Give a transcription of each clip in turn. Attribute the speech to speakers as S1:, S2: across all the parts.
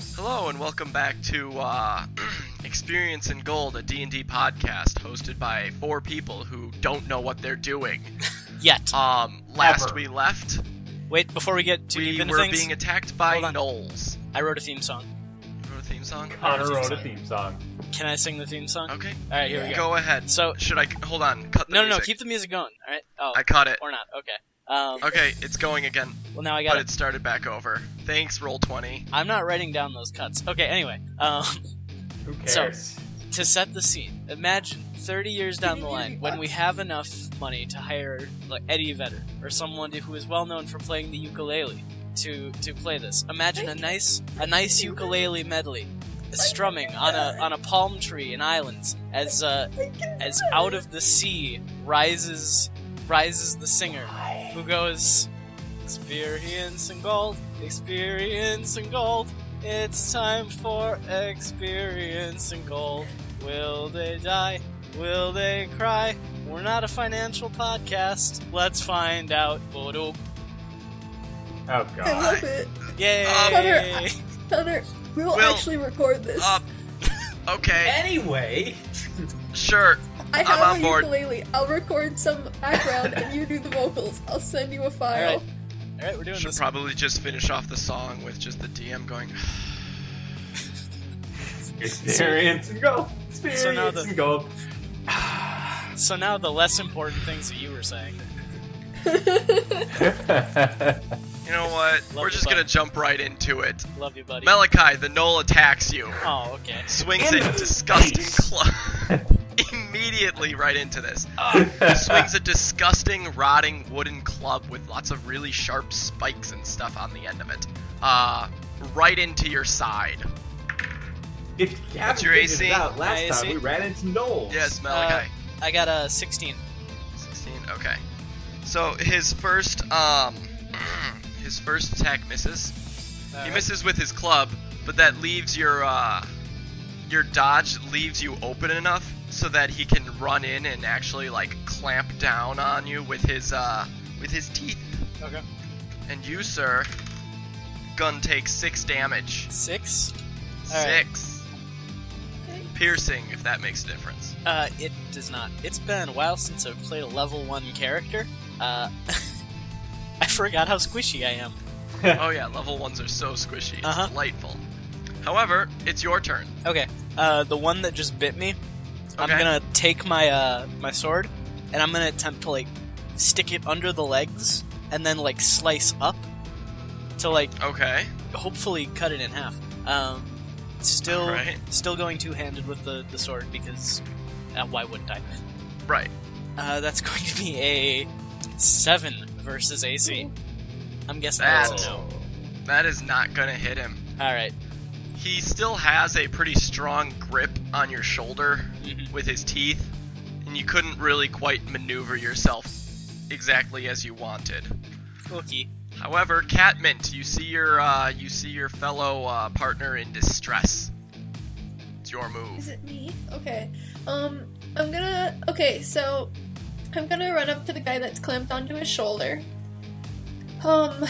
S1: Hello and welcome back to uh, Experience in Gold, a D&D podcast hosted by four people who don't know what they're doing.
S2: Yet.
S1: Um, last
S3: Ever.
S1: we left,
S2: Wait, before we get too
S1: we
S2: deep into
S1: were
S2: things,
S1: being attacked by
S2: Hold on.
S1: gnolls.
S2: I wrote a theme song.
S1: You wrote a theme song?
S3: Connor wrote a theme song.
S2: Can I sing the theme song?
S1: Okay,
S2: All right, here we go.
S1: go ahead.
S2: So,
S1: Should I hold on? Cut the
S2: no, no, no,
S1: music.
S2: keep the music going. All right. Oh,
S1: I cut it.
S2: or not. Okay. Um,
S1: Okay, it's going again,
S2: Well, now I
S1: but
S2: got it.
S1: it started back over. Thanks, roll twenty.
S2: I'm not writing down those cuts. Okay. Anyway, um,
S3: Who
S2: So-
S3: cares?
S2: to set the scene, imagine 30 years down the line when we have enough money to hire like Eddie Vedder or someone who is well known for playing the ukulele to to play this. Imagine a nice a nice ukulele medley strumming on a on a palm tree in islands as uh, as out of the sea rises rises the singer who goes experience and gold experience and gold it's time for experience and gold. Will they die? Will they cry? We're not a financial podcast. Let's find out. Bodo.
S3: Oh
S4: I love
S3: god.
S4: it.
S2: Yay!
S4: Connor, Connor, we will
S1: Will,
S4: actually record this.
S1: Up. Um, okay,
S5: Anyway,
S1: sure.
S4: I
S1: I'm
S4: have
S1: on
S4: a
S1: board.
S4: ukulele. I'll record some background and you do the vocals. I'll send you a file.
S2: Alright. Alright, we're doing
S1: Should
S2: this.
S1: probably just finish off the song with just the DM going.
S3: Experience and gold. Experience
S2: So now the-
S3: and gold.
S2: so now the less important things that you were saying.
S1: You know what?
S2: Love
S1: We're
S2: you,
S1: just
S2: bud.
S1: gonna jump right into it.
S2: Love you, buddy.
S1: Malachi, the knoll attacks you,
S2: oh, okay.
S1: swings
S3: In
S1: a
S3: the
S1: disgusting
S3: face.
S1: club immediately right into Ah, this.
S2: Uh,
S1: swings a disgusting, rotting wooden club with lots of really sharp spikes and stuff on the end of it, uh, right into your side.
S3: if you haven't
S1: your
S3: figured
S1: AC?
S3: it out, last
S2: My
S3: time
S2: AC?
S3: we ran into Noel.
S2: Uh,
S1: Yes, Malachi.
S2: I got a 16.
S1: 16. Okay. So his first, um, his first attack misses. He
S2: Alright.
S1: misses with his club, but that leaves your uh, your dodge leaves you open enough so that he can run in and actually like clamp down on you with his uh, with his teeth.
S2: Okay.
S1: And you, sir, gun takes six damage.
S2: Six. Alright.
S1: Six. Piercing, if that makes a difference.
S2: Uh, it does not. It's been a while since I've played a level one character. Uh, I forgot how squishy I am.
S1: oh yeah, level ones are so squishy. It's
S2: Uh-huh.
S1: delightful. However, it's your turn.
S2: Okay. Uh, the one that just bit me. I'm
S1: Okay.
S2: gonna take my uh my sword, and I'm gonna attempt to like stick it under the legs, and then like slice up to like
S1: Okay.
S2: hopefully cut it in half. Um, still
S1: Alright.
S2: still going two handed with the the sword because uh, why wouldn't I?
S1: Right.
S2: Uh, that's going to be a seven versus AC. I'm guessing that's a no.
S3: Oh.
S1: That is not gonna hit him.
S2: All right.
S1: He still has a pretty strong grip on your shoulder
S2: Mhm.
S1: with his teeth, and you couldn't really quite maneuver yourself exactly as you wanted.
S2: Okay.
S1: However, Catmint, you see your uh, you see your fellow uh, partner in distress. It's your
S4: Is
S1: move.
S4: it me? Okay. Um, I'm gonna. Okay, so I'm gonna run up to the guy that's clamped onto his shoulder. Um,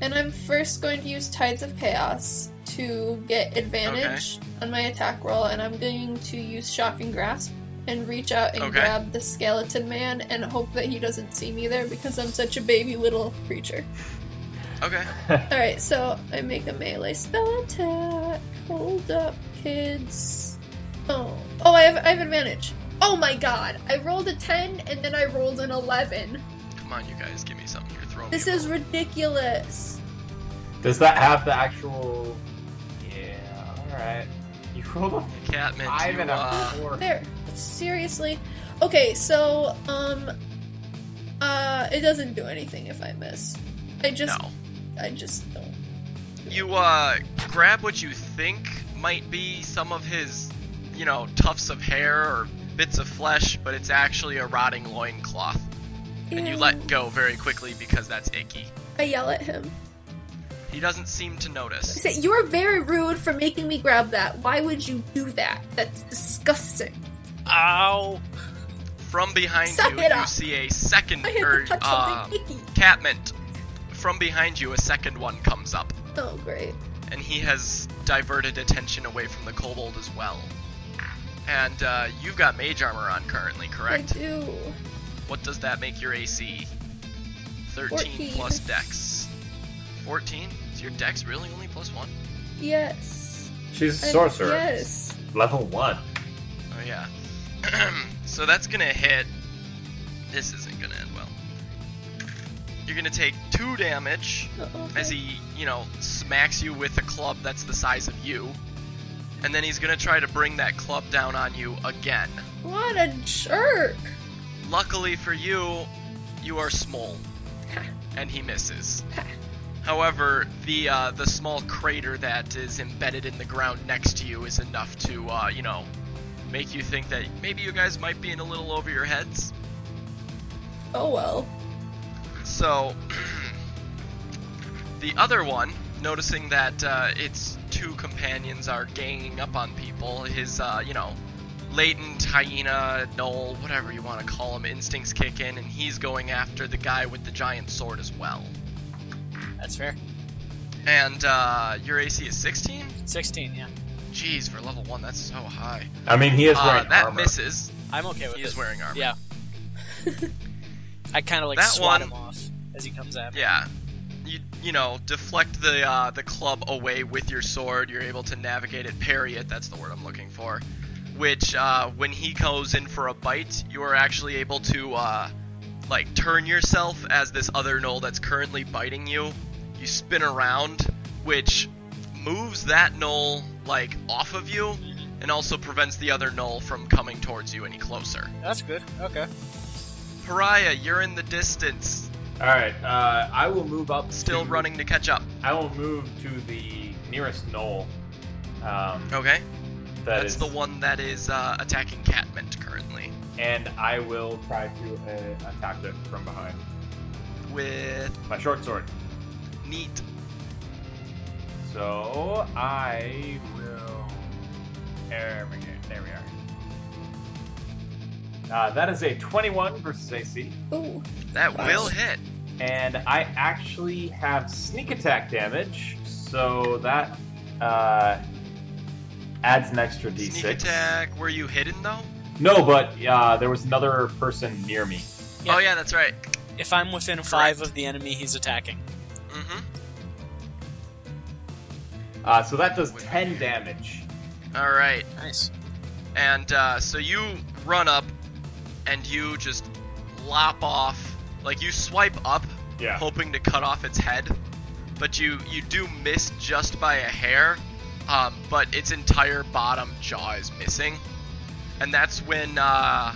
S4: and I'm first going to use Tides of Chaos to get advantage on my attack roll, and I'm going to use Shocking Grasp and reach out and
S1: Okay.
S4: grab the skeleton man and hope that he doesn't see me there because I'm such a baby little creature.
S1: Okay.
S4: Alright, so I make a melee spell attack. Hold up, kids. Oh. Oh, I have, I have advantage. Oh my god. I rolled a 10 and then I rolled an 11.
S1: Come on, you guys, give me something. You're throwing.
S4: This
S1: me
S4: is ridiculous.
S3: Does that have the actual? Yeah. All right. You rolled a
S1: Catmint.
S3: five
S1: you,
S3: and a
S1: uh,
S3: four.
S4: There. Seriously. Okay, so, um. Uh, it doesn't do anything if I miss. I just.
S1: no.
S4: I just don't.
S1: You uh grab what you think might be some of his, you know, tufts of hair or bits of flesh, but it's actually a rotting loincloth. And you
S4: Ew.
S1: let go very quickly because that's icky.
S4: I yell at him.
S1: He doesn't seem to
S4: I
S1: notice.
S4: say, You're very rude for making me grab that. Why would you do that? That's disgusting.
S2: Ow.
S1: From behind
S4: Suck
S1: you,
S4: it
S1: you
S4: up.
S1: see a second
S4: I had
S1: or
S4: to touch
S1: uh,
S4: something icky.
S1: catmint. From behind you, a second one comes up,
S4: Oh, great.
S1: and he has diverted attention away from the kobold as well. And uh, you've got mage armor on currently, correct?
S4: I do.
S1: What does that make your AC? 13
S4: 14.
S1: plus dex. 14? Is your dex really only plus 1?
S4: Yes.
S3: She's a
S4: I-
S3: sorcerer.
S4: Yes.
S3: Level one.
S1: Oh, yeah. so that's gonna hit. This isn't gonna end well. You're gonna take 2 damage
S4: Uh-oh.
S1: as he, you know, smacks you with a club that's the size of you. And then he's gonna try to bring that club down on you again.
S4: What a jerk!
S1: Luckily for you, you are small,
S4: Ha.
S1: and he misses.
S4: Ha.
S1: However, the uh, the small crater that is embedded in the ground next to you is enough to, uh, you know, make you think that maybe you guys might be in a little over your heads.
S4: Oh well.
S1: So, the other one, noticing that uh, its two companions are ganging up on people, his, uh, you know, latent hyena, gnoll, whatever you want to call him, instincts kick in, and he's going after the guy with the giant sword as well.
S2: That's fair.
S1: And uh, your AC is 16?
S2: 16, yeah.
S1: Jeez, for level 1, that's so high.
S3: I mean, he is
S1: Uh,
S3: wearing
S1: that
S3: armor.
S1: misses.
S2: I'm okay with
S1: He
S2: it.
S1: is wearing armor.
S2: Yeah. I kind of like
S1: That
S2: swat
S1: one-
S2: him off as he comes at me.
S1: Yeah. You, you know, deflect the uh, the club away with your sword. You're able to navigate it, parry it. That's the word I'm looking for. Which, uh, when he goes in for a bite, you are actually able to, uh, like, turn yourself as this other knoll that's currently biting you. You spin around, which moves that knoll, like, off of you, and also prevents the other knoll from coming towards you any closer.
S2: That's good. Okay.
S1: Pariah, you're in the distance,
S3: All right, uh, I will move up.
S1: still
S3: to-
S1: running to catch up.
S3: I will move to the nearest knoll. Um,
S1: Okay.
S3: that
S1: Oh, That's
S3: is-
S1: the one that is uh, attacking Catmint currently
S3: And I will try to uh, attack it from behind.
S1: with
S3: My short sword.
S1: Neat.
S3: So I will. There we go. There we are. Uh, that is a 21 versus AC,
S4: Ooh.
S1: That
S4: Nice.
S1: will hit.
S3: and I actually have sneak attack damage, so that uh, adds an extra d6.
S1: Sneak attack. Were you hidden though?
S3: No, but uh, there was another person near me.
S2: Yeah.
S1: Oh yeah, that's right.
S2: If I'm within five of the enemy he's attacking,
S1: Mm-hmm.
S3: Uh, so that does 10 damage.
S1: All right.
S2: nice.
S1: And uh, so you run up, and you just lop off. Like you swipe up,
S3: Yeah.
S1: hoping to cut off its head, but you you do miss just by a hair. Um, but its entire bottom jaw is missing, and that's when uh,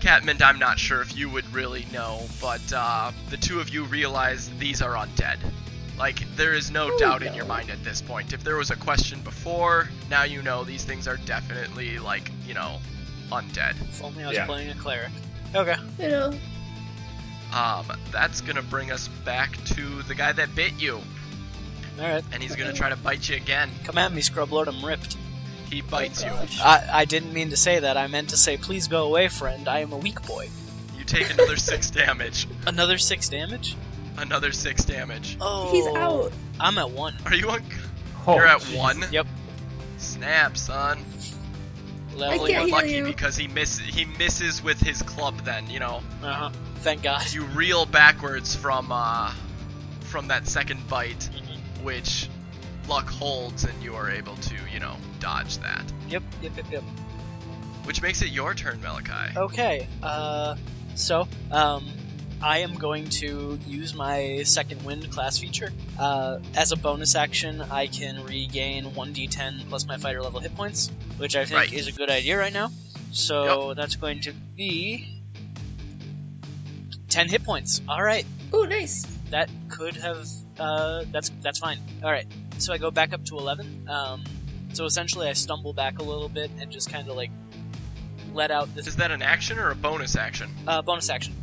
S1: Catmint. I'm not sure if you would really know, but uh, the two of you realize these are undead. Like there is no
S4: Oh,
S1: doubt in
S4: no.
S1: your mind at this point. If there was a question before, now you know these things are definitely like you know undead.
S2: If only I was
S3: Yeah.
S2: playing a cleric. Okay.
S4: You know.
S1: Um, that's gonna bring us back to the guy that bit you.
S2: All right.
S1: and he's gonna try to bite you again.
S2: Come at me, scrub lord. I'm ripped.
S1: He bites
S4: oh,
S1: you.
S4: gosh.
S2: I, I didn't mean to say that. I meant to say, please go away, friend. I am a weak boy.
S1: You take another six damage.
S2: Another six damage.
S1: Another six damage.
S2: Oh,
S4: He's out.
S2: I'm at one.
S1: Are you on?
S3: Oh,
S1: You're at
S3: jeez.
S1: one.
S2: Yep.
S1: Snap, son.
S2: Level.
S1: Well, you're
S4: hear
S1: lucky
S4: you.
S1: because he miss he misses with his club. Then you know
S2: Uh huh. Thank God.
S1: you reel backwards from uh from that second bite,
S2: Mm-hmm.
S1: which luck holds, and you are able to you know dodge that.
S2: Yep. Yep. Yep. Yep.
S1: Which makes it your turn, Malachi.
S2: Okay. Uh, so um, I am going to use my second wind class feature. Uh, as a bonus action, I can regain 1d10 plus my fighter level hit points, which I think
S1: Right.
S2: is a good idea right now. So that's going to be 10 hit points. All right.
S4: Ooh, nice.
S2: That could have. Uh, that's that's fine. All right. So I go back up to eleven. Um, so essentially, I stumble back a little bit and just kind of like let out this
S1: Is that an action or a bonus action?
S2: uh, bonus action.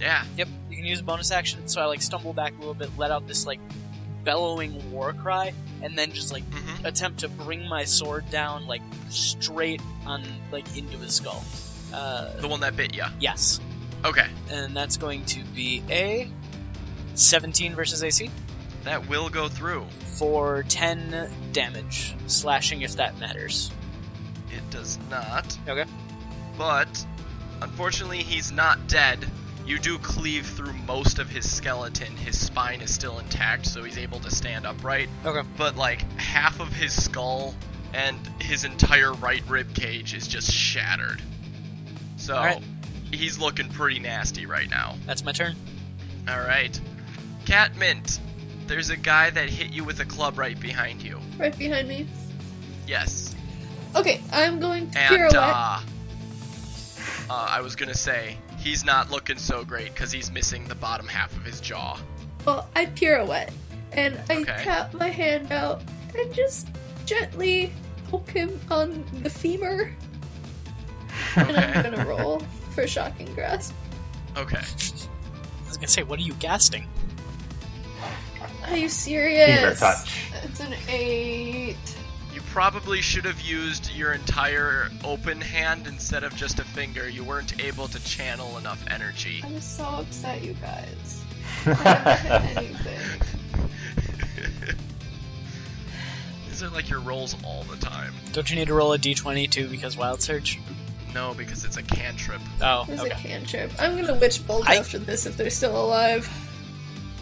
S1: Yeah.
S2: Yep, you can use bonus action. So I like stumble back a little bit, let out this like bellowing war cry, and then just like
S1: Mm-hmm.
S2: attempt to bring my sword down like straight on like into his skull. Uh,
S1: The one that bit you.
S2: yes,
S1: Okay.
S2: and that's going to be a 17 versus AC.
S1: That will go through.
S2: for 10 damage, slashing if that matters.
S1: It does not.
S2: Okay.
S1: But unfortunately, he's not dead. You do cleave through most of his skeleton. His spine is still intact, so he's able to stand upright.
S2: Okay.
S1: But like half of his skull and his entire right rib cage is just shattered. So
S2: Alright.
S1: he's looking pretty nasty right now.
S2: That's my turn.
S1: All right. Catmint, there's a guy that hit you with a club right behind you.
S4: Right behind me.
S1: Yes.
S4: Okay, I'm going to
S1: And
S4: pirouette.
S1: uh, uh, I was gonna say he's not looking so great because he's missing the bottom half of his jaw.
S4: Well, I pirouette. And I
S1: Okay.
S4: tap my hand out and just gently poke him on the femur. And I'm
S1: Okay.
S4: gonna roll for shocking grasp.
S1: okay.
S2: I was gonna say, what are you gasting?
S4: Are you serious?
S3: Fever touch.
S4: It's an eight.
S1: You probably should have used your entire open hand instead of just a finger. You weren't able to channel enough energy.
S4: I'm so upset, you guys. I haven't hit anything.
S1: These are like your rolls all the time.
S2: Don't you need to roll a d20 too because Wild Surge?
S1: No, because it's a cantrip.
S2: Oh,
S4: There's a
S2: okay.
S4: cantrip. I'm gonna witch bolt
S2: I-
S4: after this if they're still alive.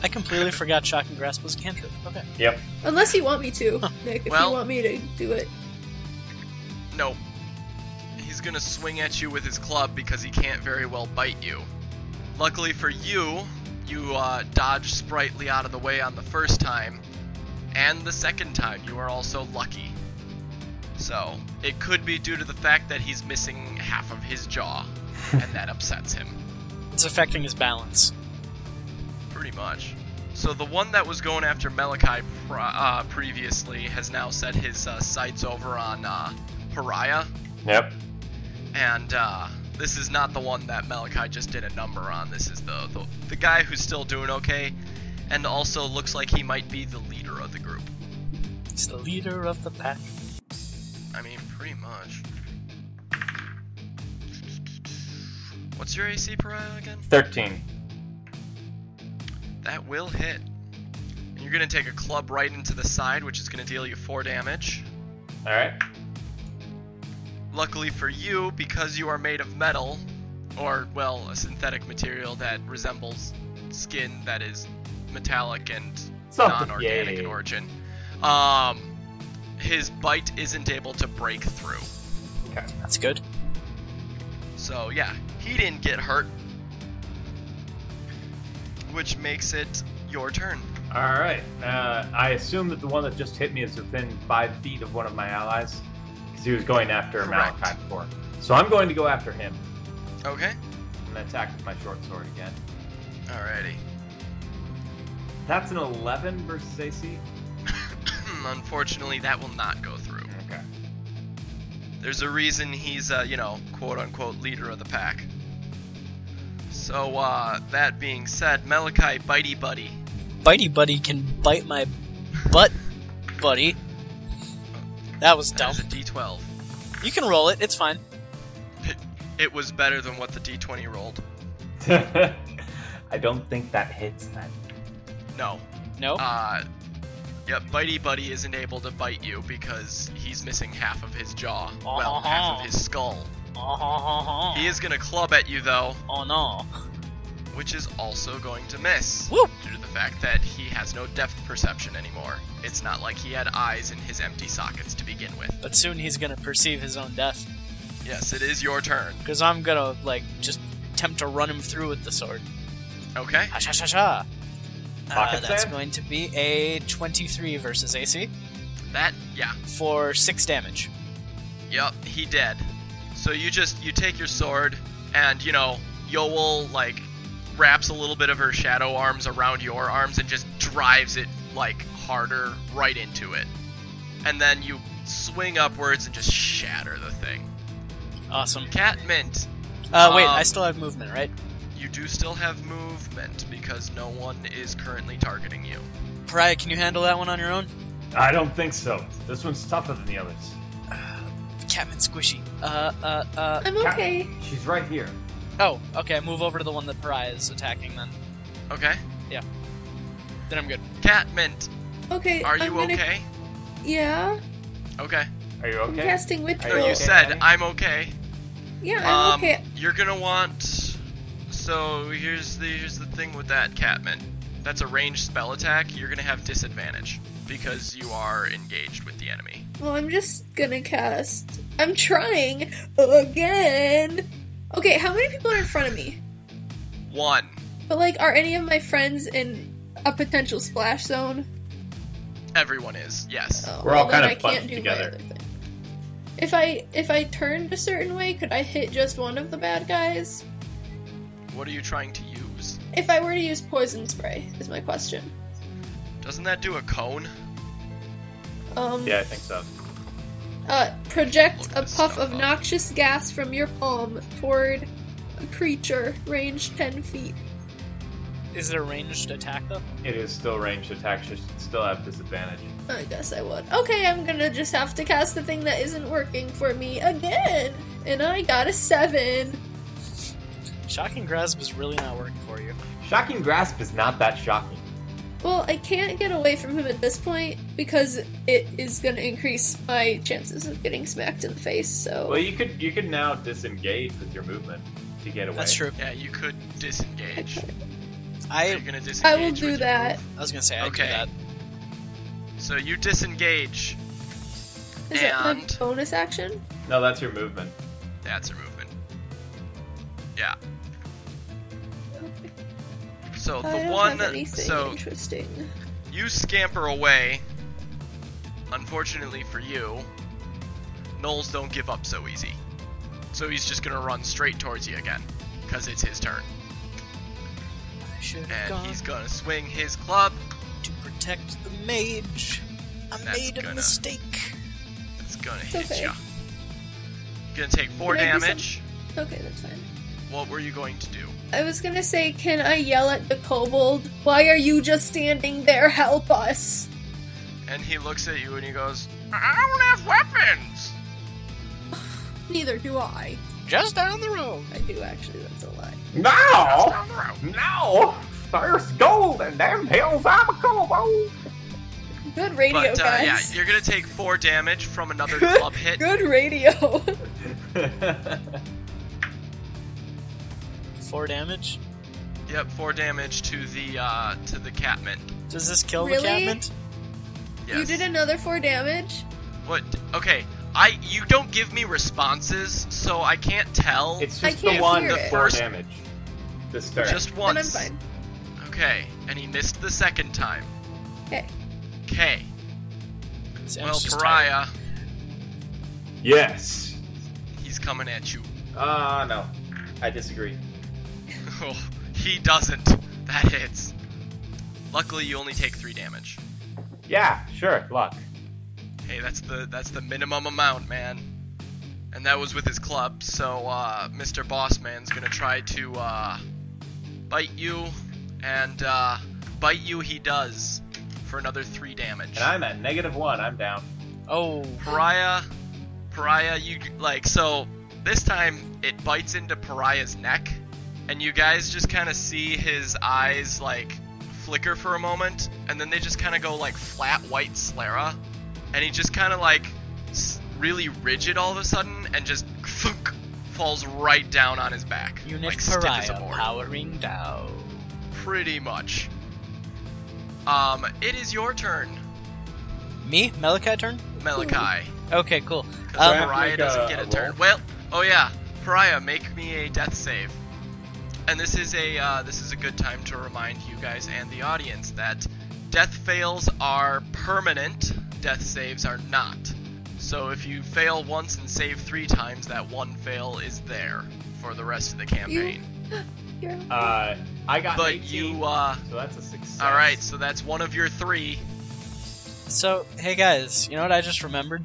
S2: I completely forgot Shocking Grasp was a cantrip. Okay.
S3: Yep.
S4: Unless you want me to, Nick. If
S1: Well-
S4: you want me to do it,
S1: No. He's gonna swing at you with his club because he can't very well bite you. Luckily for you, you uh, dodge sprightly out of the way on the first time, and the second time you are also lucky. So, it could be due to the fact that he's missing half of his jaw, and that upsets him,
S2: It's affecting his balance.
S1: pretty much. So, the one that was going after Malachi pr- uh, previously has now set his uh, sights over on uh, Pariah,
S3: Yep.
S1: and uh, this is not the one that Malachi just did a number on. This is the, the the guy who's still doing okay, and also looks like he might be the leader of the group.
S2: He's the leader of the pack.
S1: I mean, pretty much. What's your AC pariah again?
S3: 13.
S1: That will hit. And you're gonna take a club right into the side, which is gonna deal you four damage.
S3: Alright.
S1: Luckily for you, because you are made of metal, or, well, a synthetic material that resembles skin that is metallic and
S3: Something.
S1: non organic in
S3: yay.
S1: origin, um, his bite isn't able to break through.
S2: That's good.
S1: So, yeah, he didn't get hurt. Which makes it your turn.
S3: All right. Uh, I assume that the one that just hit me is within five feet of one of my allies, because he was going after
S1: Correct.
S3: Malachi before. So I'm going to go after him.
S1: Okay?
S3: I'm going to attack with my short sword again.
S1: Alrighty.
S3: That's an 11 versus AC.
S1: Hmm, Unfortunately, that will not go through.
S3: Okay.
S1: There's a reason he's, uh, you know, quote unquote leader of the pack. So, uh, that being said, Malachi Bitey Buddy.
S2: Bitey Buddy can bite my butt, buddy. That was dumb.
S1: That is a d12.
S2: You can roll it, it's fine.
S1: It was better than what the d20 rolled.
S3: I don't think that hits then.
S1: No.
S2: No?
S1: Uh, yep, Bitey Buddy isn't able to bite you because he's missing half of his jaw. Well, half
S2: Uh-huh.
S1: of his skull.
S2: Oh,
S1: He is gonna club at you, though,
S2: oh no.
S1: which is also going to miss.
S2: Woo!
S1: Due to the fact that he has no depth perception anymore. It's not like he had eyes in his empty sockets to begin with.
S2: But soon he's gonna perceive his own death.
S1: Yes, it is your turn.
S2: Because I'm gonna, like, just attempt to run him through with the sword.
S1: Okay.
S2: Ha sha sha sha. Uh,
S3: Pocket
S2: that's
S3: save?
S2: going to be a 23 versus AC
S1: That yeah.
S2: for 6 damage.
S1: Yep, he dead. So you just you take your sword and you know, Yoel like wraps a little bit of her shadow arms around your arms and just drives it like harder right into it. And then you swing upwards and just shatter the thing.
S2: Awesome.
S1: Catmint,
S2: Uh, wait,
S1: Um,
S2: I still have movement, right?
S1: you do still have movement because no one is currently targeting you.
S2: Pariah, can you handle that one on your own?
S3: I don't think so. This one's tougher than the others.
S2: Catman Squishy. Uh, uh, uh.
S4: I'm
S3: Cat-
S4: okay.
S3: She's right here.
S2: Oh, okay, move over to the one that Pariah is attacking then.
S1: Okay?
S2: Yeah. Then I'm good.
S1: Cat Mint,
S4: Okay.
S1: are
S4: I'm
S1: you
S4: gonna-
S1: okay?
S4: Yeah.
S1: Okay.
S3: Are you
S4: I'm
S3: okay?
S4: casting
S3: Are
S1: No,
S4: withdrawal.
S1: you
S3: okay,
S1: said
S3: Annie?
S1: I'm okay.
S4: Yeah, I'm
S1: um,
S4: okay.
S1: You're gonna want. So here's the here's the thing with that Catman. That's a ranged spell attack. You're gonna have disadvantage because you are engaged with the enemy.
S4: Well, I'm just gonna cast. I'm trying again. Okay, how many people are in front of me?
S1: One.
S4: But like, are any of my friends in a potential splash zone?
S1: Everyone is yes.
S4: Oh,
S5: We're all
S4: well,
S5: kind
S4: then
S5: of
S4: I can't
S5: bunched
S4: do my
S5: together.
S4: other thing. If I if I turned a certain way, could I hit just one of the bad guys?
S1: What are you trying to use?
S4: If I were to use poison spray, is my question.
S1: Doesn't that do a cone?
S4: Um,
S5: Yeah, I think so.
S4: uh, project a
S1: Look this
S4: puff
S1: stuff
S4: of
S1: up.
S4: noxious gas from your palm toward a creature, range ten feet.
S2: Is it a ranged attack though?
S5: It is still ranged attack. She should still have disadvantage.
S4: I guess I would. Okay, I'm gonna just have to cast the thing that isn't working for me again, and I got a seven.
S2: Shocking grasp is really not working for you.
S5: Shocking grasp is not that shocking.
S4: Well, I can't get away from him at this point because it is going to increase my chances of getting smacked in the face. So
S5: Well, you could you could now disengage with your movement to get away.
S2: That's true.
S1: Yeah, you could disengage. You're
S2: I
S1: gonna disengage.
S4: I will
S1: with your
S4: do that.
S1: move.
S2: I was gonna say I do
S1: Okay.
S2: that.
S1: So you disengage.
S4: Is that my
S1: And-
S4: bonus action?
S5: No, that's your movement.
S1: That's your movement. Yeah. So
S4: I
S1: the
S4: don't
S1: one.
S4: have anything
S1: So
S4: interesting.
S1: You scamper away. Unfortunately for you, Knowles don't give up so easy. So he's just gonna run straight towards you again, because it's his turn.
S2: I should have
S1: And
S2: gone
S1: he's gonna swing his club.
S2: to protect the mage. I
S1: That's
S2: made a
S1: gonna-
S2: mistake.
S1: It's gonna
S4: It's
S1: hit
S4: okay.
S1: you. You're gonna take four
S4: Can I do some-
S1: damage.
S4: Okay, that's fine.
S1: What were you going to do?
S4: I was going to say, can I yell at the kobold? Why are you just standing there? Help us!
S1: And he looks at you and he goes, I don't have weapons!
S4: Neither do I.
S2: Just down the road.
S4: I do actually, that's a lie.
S1: That's
S5: Now,
S1: down the road.
S5: now, there's gold in them hills, I'm a kobold.
S4: Good radio,
S1: But uh, yeah,
S4: guys.
S1: you're gonna take four damage from another club hit.
S4: Good radio.
S2: Four damage.
S1: Yep, four damage to the uh, to the catman.
S2: Does this kill the
S4: Really?
S2: catmint?
S1: Yes.
S4: You did another four damage?
S1: What? Okay, I you don't give me responses, so I can't tell.
S5: It's
S4: I
S5: just the
S4: can't
S5: one
S4: hear
S5: that
S4: it.
S5: four
S1: First-
S5: damage. This turn.
S1: just
S4: Then I'm
S1: once.
S4: fine.
S1: Okay, and he missed the second time.
S4: Okay.
S1: Okay.
S2: Sam's
S1: Well,
S2: just tired.
S1: Pariah,
S5: yes.
S1: he's coming at you.
S5: Uh no, I disagree.
S1: Oh, he doesn't. That hits. Luckily, you only take three damage.
S5: Yeah, sure. Luck.
S1: Hey, that's the that's the minimum amount, man. And that was with his club. So, uh, Mr. Bossman's gonna try to uh, bite you, and uh, bite you he does for another three damage.
S5: And I'm at negative one. I'm down.
S2: Oh,
S1: Pariah, Pariah, you like so. This time it bites into Pariah's neck, and you guys just kind of see his eyes like flicker for a moment, and then they just kind of go like flat white sclera, and he just kind of like s- really rigid all of a sudden, and just thunk, falls right down on his back,
S2: unit
S1: like stiff as a
S2: pariah
S1: board,
S2: powering down.
S1: pretty much. Um, it is your turn,
S2: Me, Malachi turn.
S1: Malachi.
S2: Okay, cool.
S1: Because
S2: Um,
S5: Crap.
S1: Pariah
S5: Like,
S1: doesn't
S5: uh,
S1: get
S5: a
S1: a
S5: roll?
S1: turn. Well, oh yeah, Pariah, make me a death save. And this is a uh, this is a good time to remind you guys and the audience that death fails are permanent. Death saves are not. So if you fail once and save three times, that one fail is there for the rest of the campaign.
S4: You're-
S5: Uh, I got.
S1: but
S5: 18,
S1: you, uh,
S5: So that's a success.
S1: all right, so that's one of your three.
S2: so hey guys, you know what I just remembered?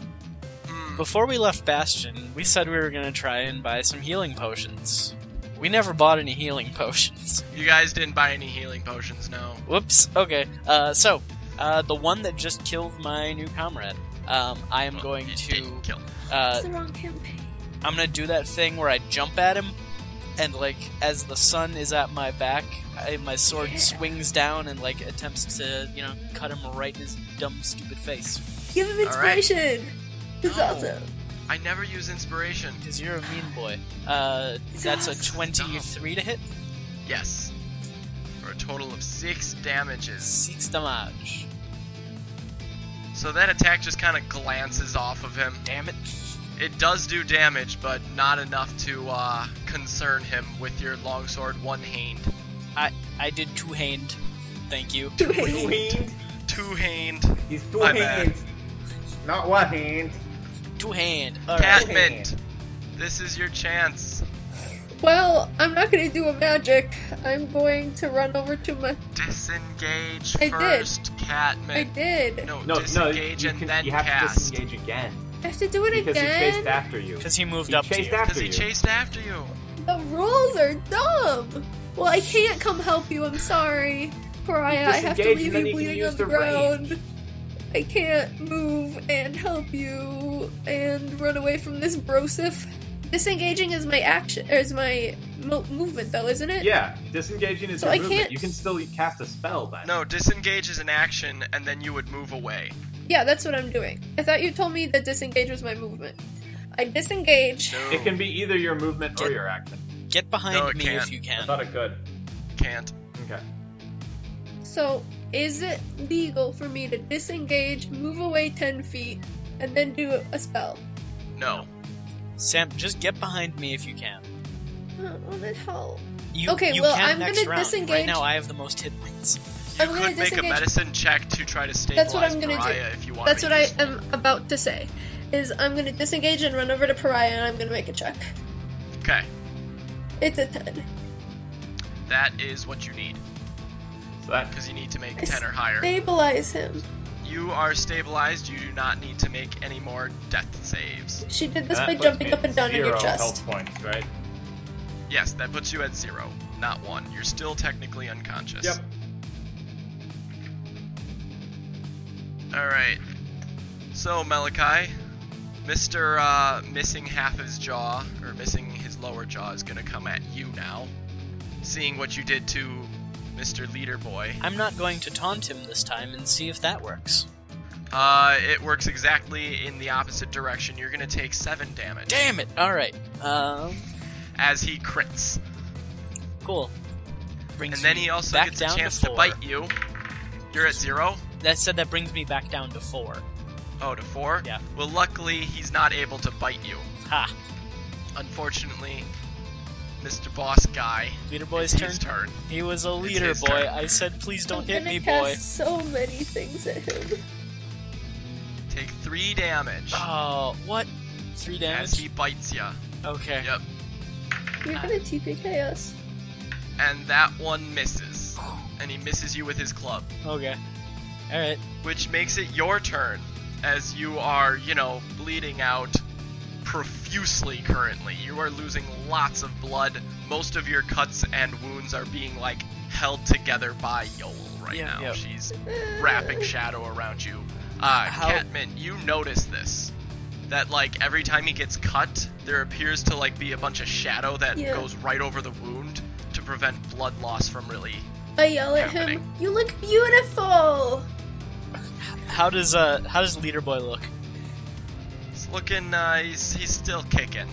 S1: Hmm,
S2: Before we left Bastion, we said we were gonna try and buy some healing potions. We never bought any healing potions.
S1: you guys didn't buy any healing potions, no.
S2: Whoops. Okay. Uh, so, uh, the one that just killed my new comrade. Um, I am
S4: Oh,
S1: Well,
S2: going
S1: you
S2: to.
S1: didn't kill.
S2: Uh,
S4: It's the wrong campaign.
S2: I'm gonna do that thing where I jump at him, and like as the sun is at my back, I, my sword
S4: Yeah.
S2: swings down and like attempts to you know cut him right in his dumb stupid face
S4: Give him
S1: All right.
S4: inspiration. It's
S2: No.
S4: awesome.
S1: I never use inspiration.
S2: because you're a mean boy. Uh,
S4: It's
S2: that's a
S4: awesome.
S2: twenty-three to hit,
S1: Yes. For a total of six damages.
S2: six damage.
S1: So that attack just kind of glances off of him.
S2: Damn it!
S1: It does do damage, but not enough to uh, concern him with your longsword one hand.
S2: I did two hand. Thank you.
S4: Two
S5: Two
S4: hands.
S5: hand.
S1: Two hand.
S5: He's two
S1: My bad.
S5: hands. Not one hand.
S2: Two hand. All right.
S1: Catmint, this is your chance.
S4: Well, I'm not gonna do a magic. I'm going to run over to my.
S1: Disengage
S4: I did.
S1: first,
S4: I
S1: Catmint.
S4: did.
S1: No,
S3: No, no, you,
S1: disengage and
S3: can-
S1: then
S3: you have to
S1: cast.
S3: disengage again
S4: I have to do it
S3: because he
S4: again.
S3: chased after you.
S2: Because he moved
S3: He
S2: up to
S3: chased
S2: you.
S1: Because he
S3: you.
S1: chased after you.
S4: The rules are dumb. Well, I can't come help you. I'm sorry, Pariah. I have to
S3: disengaged
S4: leave
S3: and then you
S4: you
S3: can
S4: bleeding
S3: use
S4: on
S3: the
S4: the
S3: range.
S4: ground. I can't move and help you and run away from this brosif. Disengaging is my action, or is my mo- movement, though, isn't it?
S3: Yeah, disengaging is
S4: So
S3: your
S4: I
S3: movement.
S4: can't-
S3: You can still cast a spell then.
S1: No, disengage is an action, and then you would move away.
S4: Yeah, that's what I'm doing. I thought you told me that disengage was my movement. I disengage.
S1: No,
S3: It can be either your movement or
S2: Get-
S3: your action.
S2: Get behind
S1: No, it
S2: me
S1: can't.
S2: if you
S3: I
S2: can.
S3: thought it could.
S1: can't.
S3: Okay.
S4: So, is it legal for me to disengage, move away 10 feet, and then do a spell?
S1: No.
S2: Sam, just get behind me if you can.
S4: Oh, well, that help.
S2: You,
S4: Okay,
S2: you
S4: well,
S2: can
S4: I'm
S2: next
S4: gonna
S2: round. Right
S4: disengage.
S2: now, I have the most hit points.
S1: You
S4: I'm gonna
S1: could make a
S4: disengage.
S1: medicine check to try to stabilize
S4: That's what I'm gonna do.
S1: Mariah if you want.
S4: That's
S1: to
S4: what
S1: be
S4: I
S1: useful.
S4: am about to say. Is I'm gonna disengage and run over to Pariah, and I'm gonna make a check.
S1: Okay,
S4: It's a 10.
S1: that is what you need
S3: So that
S1: because you need to make
S4: I
S1: ten or higher.
S4: Stabilize him.
S1: You are stabilized. You do not need to make any more death saves.
S4: She did this
S3: that
S4: by
S3: puts
S4: jumping
S3: me
S4: up
S3: at
S4: and down on your
S3: zero
S4: chest.
S3: health points, right?
S1: Yes, that puts you at zero, not one. You're still technically unconscious.
S3: Yep.
S1: All right. So Malachi, Mister uh, missing half his jaw or missing his lower jaw is gonna come at you now, seeing what you did to Mister Leader Boy.
S2: I'm not going to taunt him this time and see if that works.
S1: Uh, it works exactly in the opposite direction. You're gonna take seven damage
S2: Damn it! All right. Um,
S1: as he crits,
S2: cool.
S1: and
S2: Brings
S1: then
S2: me
S1: he also
S2: back
S1: gets a
S2: down
S1: chance
S2: to,
S1: to,
S2: four.
S1: bite you. You're at zero.
S2: That said, that brings me back down to four.
S1: Oh, to four.
S2: Yeah.
S1: Well, luckily he's not able to bite you.
S2: Ha!
S1: Unfortunately, Mr. Boss Guy.
S2: Leader
S1: it's
S2: boy's
S1: His
S2: turn.
S1: turn.
S2: He was a
S1: It's
S2: leader
S1: his
S2: boy.
S1: turn.
S2: I said, please don't
S4: I'm
S2: hit
S4: gonna
S2: me, boy.
S4: cast so many things at him.
S1: Take three damage
S2: Oh, what? Three
S1: as he
S2: damage.
S1: bites you.
S2: Okay.
S1: Yep.
S4: You're gonna TPK us.
S1: And that one misses. And he misses you with his club,
S2: Okay. All right.
S1: which makes it your turn as you are, you know, bleeding out profusely currently. You are losing lots of blood. Most of your cuts and wounds are being like held together by Yol right
S2: Yeah,
S1: now.
S2: yeah.
S1: She's wrapping shadow around you. Uh,
S2: How-
S1: Catman, you notice this. That like every time he gets cut, there appears to like be a bunch of shadow that
S4: Yeah.
S1: goes right over the wound to prevent blood loss from really.
S4: Ah. I yell at him,
S1: Happening.
S4: You look beautiful!
S2: How does uh how does leader boy look?
S1: He's looking. Uh, he's he's still kicking.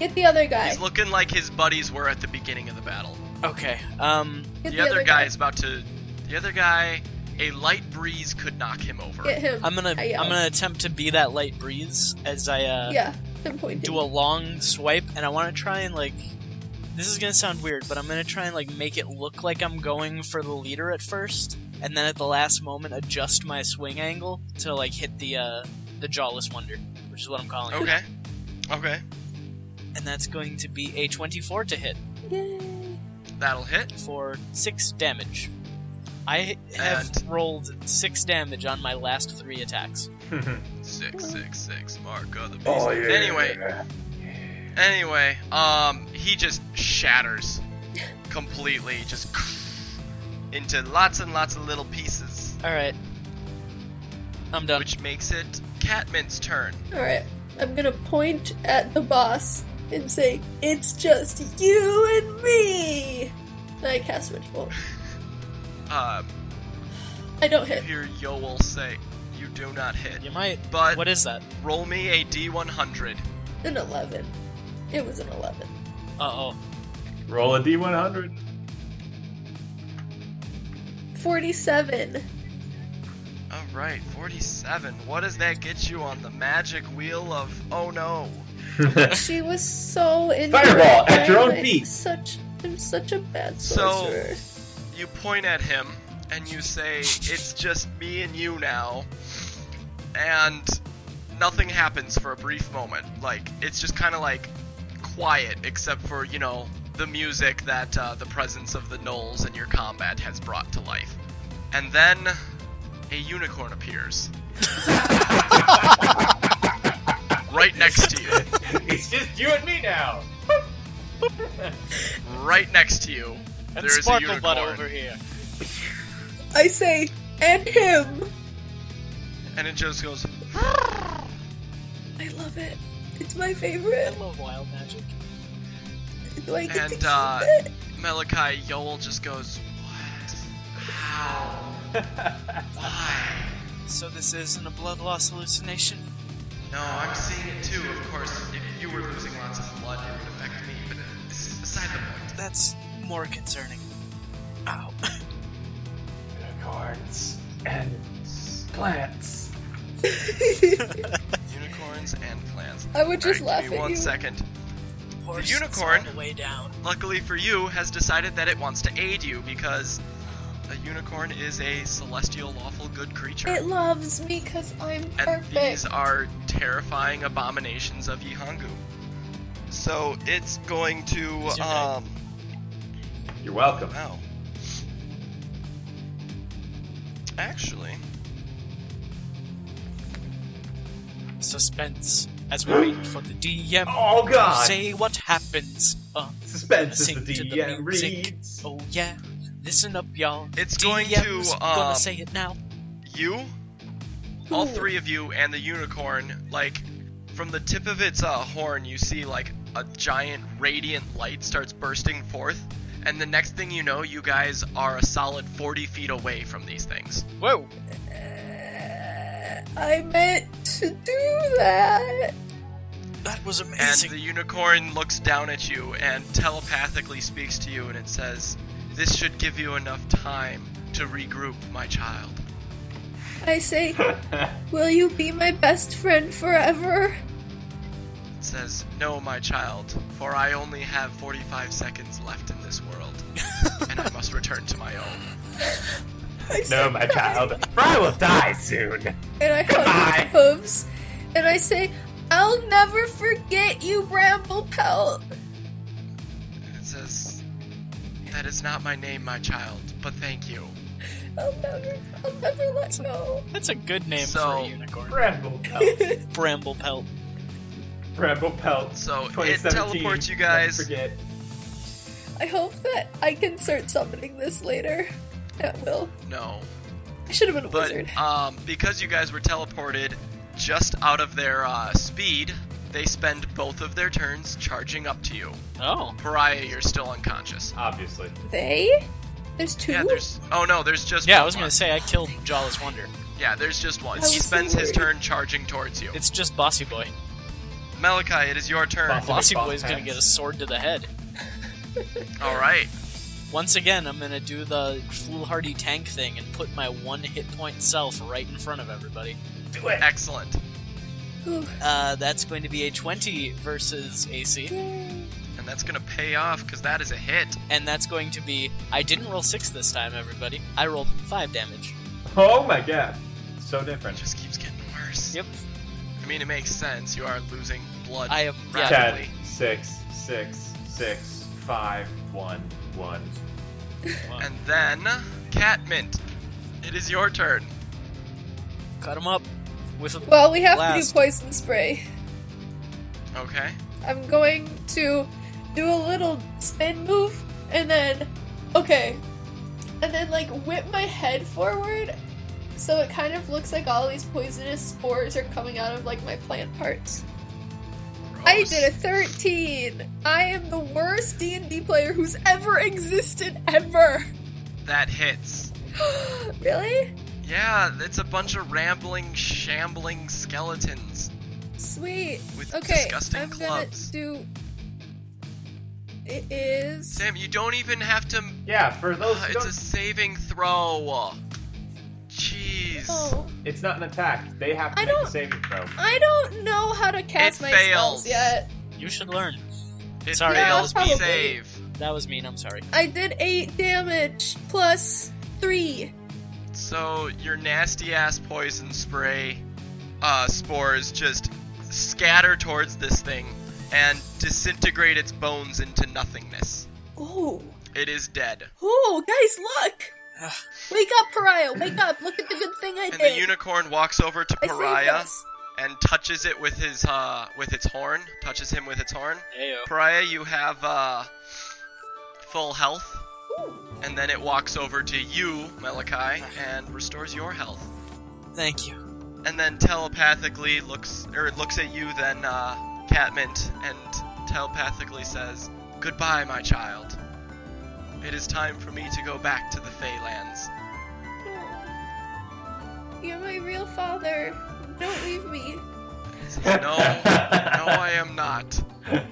S4: Get the other guy.
S1: He's looking like his buddies were at the beginning of the battle.
S2: Okay. Um.
S4: Get
S1: the, other guy is about to. The other guy, a light breeze could knock him over.
S4: Get him.
S2: I'm gonna
S4: I yell.
S2: I'm gonna attempt to be that light breeze as I uh
S4: yeah, I'm pointing.
S2: do a long swipe, and I want to try and like. This is gonna sound weird, but I'm gonna try and like make it look like I'm going for the leader at first, and then at the last moment adjust my swing angle to like hit the uh the jawless wonder, which is what I'm calling it.
S1: Okay. Okay.
S2: And that's going to be a 24 to hit
S4: Yay.
S1: That'll hit.
S2: for six damage. I have
S1: And-
S2: rolled six damage on my last three attacks.
S1: Six six six. Mark of the beast.
S5: Oh, yeah.
S1: Anyway. Anyway, um, he just shatters completely, just into lots and lots of little pieces,
S2: All right, I'm done.
S1: which makes it Catman's turn.
S4: Alright, I'm gonna point at the boss and say, It's just you and me! And I cast Witch Bolt.
S1: Um,
S4: I don't
S1: you
S4: hit.
S1: hear Yoel say, "You do not hit."
S2: You might.
S1: But
S2: What is that?
S1: roll me a d100.
S4: An 11. It was an 11.
S2: Uh oh.
S3: Roll a d100.
S4: 47.
S1: All right, 47. What does that get you on the magic wheel of oh no?
S4: She was so in
S5: Fireball at your own
S4: I'm
S5: feet.
S4: Such I'm such a bad
S1: So-
S4: sorcerer.
S1: You point at him and you say, "It's just me and you now," and nothing happens for a brief moment. Like it's just kind of like quiet, except for you know the music that uh, the presence of the gnolls and your combat has brought to life. And then a unicorn appears right next to you.
S3: it's just you and me now.
S1: right next to you. there
S2: And
S1: is a
S2: Sparkle Butt
S1: unicorn.
S2: over here.
S4: I say, and him.
S1: And it just goes,
S4: I love it. It's my
S2: I
S4: favorite.
S2: love wild magic.
S4: Do I get to
S1: and
S4: keep
S1: uh,
S4: it?
S1: Malachi Yoel just goes, What? How? Why?
S2: So this isn't a blood loss hallucination.
S1: No, I'm seeing it too, of course. If you were losing lots of blood, it would affect me, but this is beside the point.
S2: That's more concerning. Ow.
S3: Unicorns and plants.
S1: Unicorns and plants.
S4: I would just
S1: Alright,
S4: laugh
S1: give
S4: at
S1: me one
S4: you.
S1: second.
S2: Horses
S1: unicorn.
S2: on the way down.
S1: Luckily for you, has decided that it wants to aid you because a unicorn is a celestial, lawful, good creature.
S4: It loves me because I'm
S1: And
S4: perfect.
S1: these are terrifying abominations of Yihangu. So it's going to
S2: Zoom in.
S1: um
S5: You're welcome.
S1: wow. Actually,
S2: Suspense as we wait for the DM.
S5: Oh
S2: to
S5: god!
S2: Say what happens. Uh,
S5: Suspense is
S2: Sing
S5: the
S2: to the
S5: DM
S2: music.
S5: reads.
S2: oh yeah. Listen up, y'all.
S1: It's going
S2: DM's
S1: to, um,
S2: gonna say it now.
S1: you, all
S4: Ooh.
S1: three of you, and the unicorn, like from the tip of its uh, horn, you see like a giant radiant light starts bursting forth, and the next thing you know, you guys are a solid 40 feet away from these things.
S2: Whoa.
S4: I meant to do that.
S2: That was
S1: And
S2: amazing.
S1: the unicorn looks down at you and telepathically speaks to you and it says, This should give you enough time to regroup, my child.
S4: I say, will you be my best friend forever?
S1: It says, No, my child, for I only have 45 seconds left in this world, and I must return to my own.
S4: I
S5: No,
S4: say,
S5: Oh, my child, for I will die soon.
S4: and I hug
S5: Goodbye.
S4: its hooves, and I say, I'll never forget you, Bramble Pelt.
S1: And it says, That is not my name, my child, but thank you.
S4: I'll never, I'll never let go.
S2: That's a good name
S1: So-
S2: for a unicorn.
S3: Bramble pelt.
S2: Bramble pelt.
S3: Bramble pelt.
S1: So it
S3: 2017.
S1: teleports you
S3: Never
S1: guys.
S3: Forget.
S4: I hope that I can start summoning this later. At will.
S1: No.
S4: I should have been a wizard.
S1: But um, because you guys were teleported just out of their uh, speed, they spend both of their turns charging up to you.
S2: Oh.
S1: Pariah, you're still unconscious.
S3: Obviously.
S4: They? There's two.
S1: Yeah, there's. Oh no, there's just.
S2: Yeah, I
S1: one
S2: was gonna
S1: more.
S2: say I killed Jawless Wonder.
S1: Yeah, there's just one.
S4: I was
S1: He
S4: so
S1: spends his
S4: worried.
S1: turn charging towards you.
S2: It's just Bossy Boy.
S1: Malachi, it is your turn.
S3: Bossy.
S2: Bossy
S3: boss
S2: Boy's gonna
S3: hands.
S2: get a sword to the head.
S1: All right.
S2: Once again, I'm gonna do the foolhardy tank thing and put my one hit point self right in front of everybody.
S3: Do it.
S1: Excellent.
S4: Ooh,
S2: Uh, that's going to be a 20 versus AC,
S4: yay.
S1: And that's gonna pay off because that is a hit.
S2: and that's going to be. I didn't roll 6 this time, everybody. I rolled 5 damage.
S3: Oh my god. So
S1: It
S3: different.
S1: just keeps getting worse.
S2: Yep.
S1: I mean, it makes sense. You are losing blood.
S2: I am.
S1: Right.
S2: Yeah,
S1: Exactly.
S3: Ten, six, six, six, five, one, one.
S1: And then, Catmint, it is your turn.
S2: cut him up with a.
S4: Well, we have to
S2: Blast.
S4: do poison spray.
S1: Okay.
S4: I'm going to do a little spin move and then okay. And then like whip my head forward so it kind of looks like all these poisonous spores are coming out of like my plant parts.
S1: Oh,
S4: I did a 13. I am the worst D&D player who's ever existed ever.
S1: That hits.
S4: really?
S1: Yeah, it's a bunch of rambling, shambling skeletons
S4: Sweet.
S1: with
S4: Okay,
S1: disgusting
S4: I'm gonna
S1: clubs.
S4: do. It is
S1: Sam, you don't even have to.
S3: Yeah, for
S1: Ugh,
S3: those
S2: Uh,
S3: who
S1: it's
S3: don't,
S1: a saving throw. Jeez.
S4: Oh,
S3: it's not an attack. They have to
S4: I
S3: make a
S4: don't-
S3: saving throw.
S4: I don't know how to cast
S1: It
S4: my
S1: fails.
S4: spells yet.
S2: You should learn.
S1: It
S2: Sorry,
S4: Yeah,
S1: fails
S4: probably.
S1: save.
S2: That was mean. I'm sorry.
S4: I did eight damage plus three.
S1: So your nasty ass poison spray uh, spores just scatter towards this thing and disintegrate its bones into nothingness.
S4: Oh,
S1: It is dead.
S4: oh, guys, look! wake up, Pariah! Wake up! Look at the good thing I
S1: And the
S4: did.
S1: unicorn walks over to
S4: I saved
S1: Pariah
S4: us.
S1: and touches it with his uh, with its horn. Touches him with its horn.
S2: Ayo.
S1: Pariah, you have uh, full health,
S4: Ooh,
S1: and then it walks over to you, Malachi, and restores your health.
S2: Thank you.
S1: and then telepathically looks or looks at you then uh Catmint and telepathically says, "Goodbye, my child. It is time for me to go back to the Feylands."
S4: no. You're my real father. Don't leave me.
S1: I say, no, no, I am not.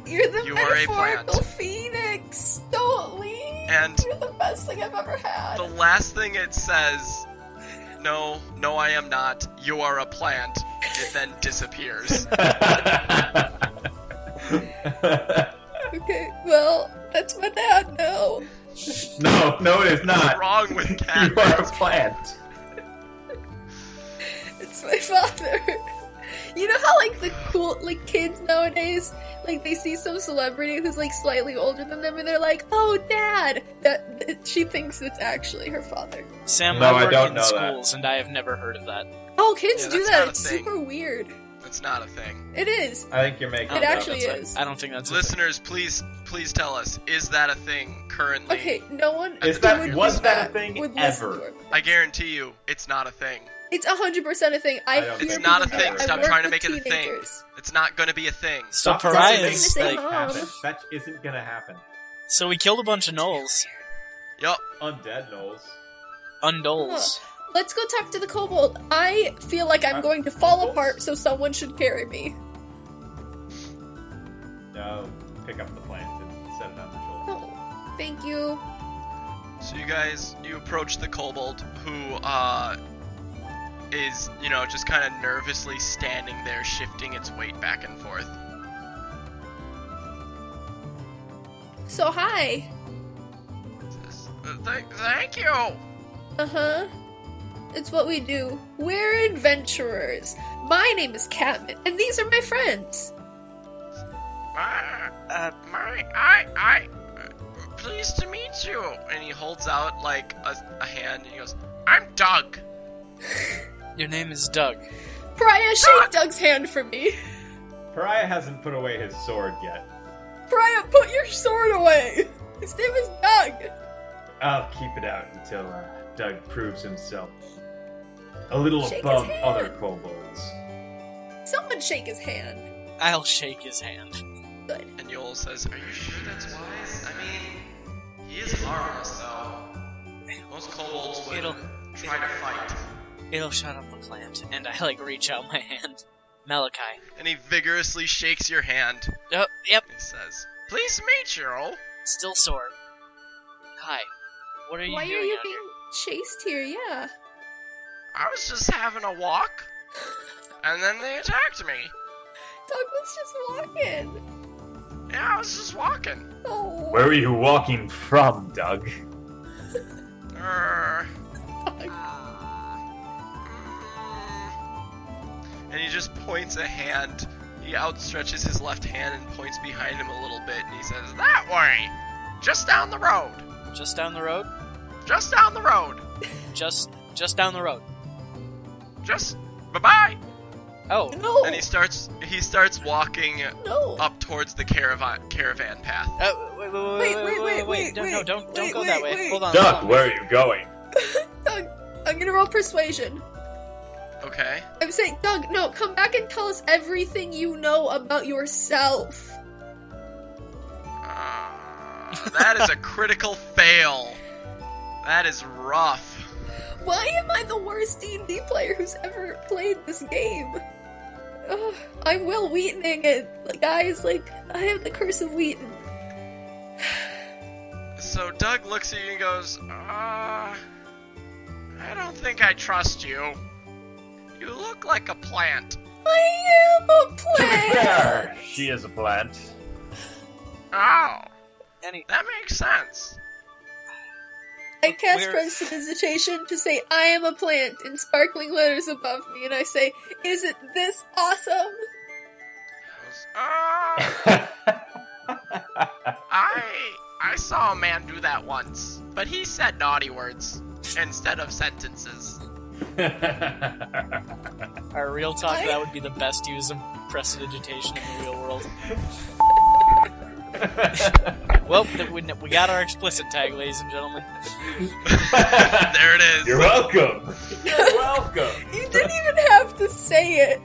S4: You're the
S1: You are a plant.
S4: metaphorical phoenix. Don't leave.
S1: And
S4: You're the best thing I've ever had.
S1: the last thing it says, "No, no, I am not. You are a plant." It then disappears.
S4: Okay, well, that's my dad now.
S5: no, no, it is
S1: What's
S5: not.
S1: wrong with
S5: You are a
S1: Catmint?
S5: plant.
S4: It's my father. You know how like the cool like kids nowadays, like they see some celebrity who's like slightly older than them, and they're like, "Oh, dad." That, that- she thinks it's actually her father.
S2: Sam,
S5: No,
S2: I
S5: I
S2: work
S5: don't
S2: in
S5: know that.
S2: schools, and I have never heard of that.
S4: Oh, kids
S1: Yeah,
S4: do
S1: that's
S4: that.
S1: not a
S4: It's
S1: thing.
S4: super weird.
S1: It's not a thing.
S4: It is.
S5: I think you're making
S4: It
S5: up.
S4: actually
S2: that's a-
S4: is.
S2: I don't think that's a thing.
S1: Listeners, please, please tell us: is that a thing currently?
S4: Okay, no one.
S5: Is
S4: who
S5: that-
S4: would
S5: was
S4: do
S5: that a thing
S4: would listen
S5: ever?
S4: to her.
S1: I guarantee you, it's not a thing.
S4: It's hundred percent a thing. I,
S5: I don't
S4: hear
S5: think
S1: It's not a
S4: people
S1: thing.
S4: do I
S1: Stop
S4: work
S1: trying to
S4: with
S1: make it a thing.
S4: teenagers.
S1: It's not gonna be a thing.
S2: So
S5: Stop
S4: telling me to
S2: pariahs,
S4: say
S2: like,
S4: no.
S5: happen.
S4: Mom.
S5: That isn't gonna happen.
S2: so we killed a bunch of gnolls,
S1: Yup.
S5: Undead Knowles.
S2: undoles.
S4: Let's go talk to the kobold. I feel like I'm
S5: Uh,
S4: going to fall
S5: kobolds?
S4: apart, so someone should carry me.
S5: No, pick up the plant and set it on the shoulder.
S4: Oh, thank you.
S1: So you guys, you approach the kobold, who uh, is, you know, just kind of nervously standing there, shifting its weight back and forth.
S4: So hi.
S1: Says, "Uh, Thank, thank you.
S4: Uh huh. It's what we do. We're adventurers. My name is Catman, and these are my friends.
S1: My,
S2: Uh,
S1: my, I, I, uh, pleased to meet you. And he holds out like a, a hand, and he goes, "I'm Doug."
S2: Your name is Doug.
S4: Pariah, shake Doug's hand for me.
S5: Pariah hasn't put away his sword yet.
S4: Pariah, put your sword away. His name is Doug.
S5: I'll keep it out until uh, Doug proves himself a little
S4: Shake his
S5: above
S4: hand.
S5: other kobolds.
S4: Someone shake his hand.
S2: I'll shake his hand.
S4: Good.
S1: And Yol says, Are you sure that's wise? I mean, he is harmless, though. Most kobolds would
S2: It'll-
S1: try to fight.
S2: It'll shut up the plant, and I like reach out my hand. Malachi.
S1: And he vigorously shakes your hand.
S2: Oh, yep.
S1: He says, Please meet you.
S2: Still sore. Hi. What are you
S4: Why are
S2: doing?
S4: you
S2: out
S4: being
S2: here?
S4: chased here? Yeah.
S1: I was just having a walk, and then they attacked me.
S4: Doug was just walking.
S1: Yeah, I was just walking.
S4: Oh.
S5: Where were you walking from, Doug?
S1: Err. Mm. And he just points a hand. He outstretches his left hand and points behind him a little bit, and he says, That way! Just down the road!
S2: Just down the road.
S1: Just down the road!
S2: Just, just down the road.
S1: Just bye bye!
S2: Oh,
S4: No.
S1: And he starts he starts walking
S4: no.
S1: up towards the caravan caravan path.
S2: Uh, wait, wait, wait, wait, wait, wait, wait, No, no,
S4: wait,
S2: don't, don't
S4: wait,
S2: go that
S4: wait,
S2: way.
S4: wait.
S2: Hold on. hold
S5: Doug,
S2: on.
S5: where are you going?
S4: Doug, I'm gonna roll persuasion.
S1: Okay.
S4: I'm saying, Doug, no, come back and tell us everything you know about yourself.
S1: Uh, that is a critical fail. That is rough.
S4: Why am I the worst D&D player who's ever played this game? Ugh, I'm Will Wheatoning it. Like, Guys, like, I have the curse of Wheaton.
S1: So Doug looks at you and goes, uh, I don't think I trust you. You look like a plant.
S4: I am a player!
S5: There, she is a plant.
S1: Oh,
S2: Any
S1: that makes sense.
S4: I cast
S2: Where-
S4: prestidigitation to say I am a plant in sparkling letters above me, and I say, "Isn't this awesome?"
S1: Uh, I I saw a man do that once, but he said naughty words instead of sentences.
S2: Our real talk,
S4: I-
S2: that would be the best use of prestidigitation in the real world. Well, th- we, we got our explicit tag, ladies and gentlemen.
S1: There it is.
S5: You're welcome.
S3: You're welcome.
S4: You didn't even have to say it.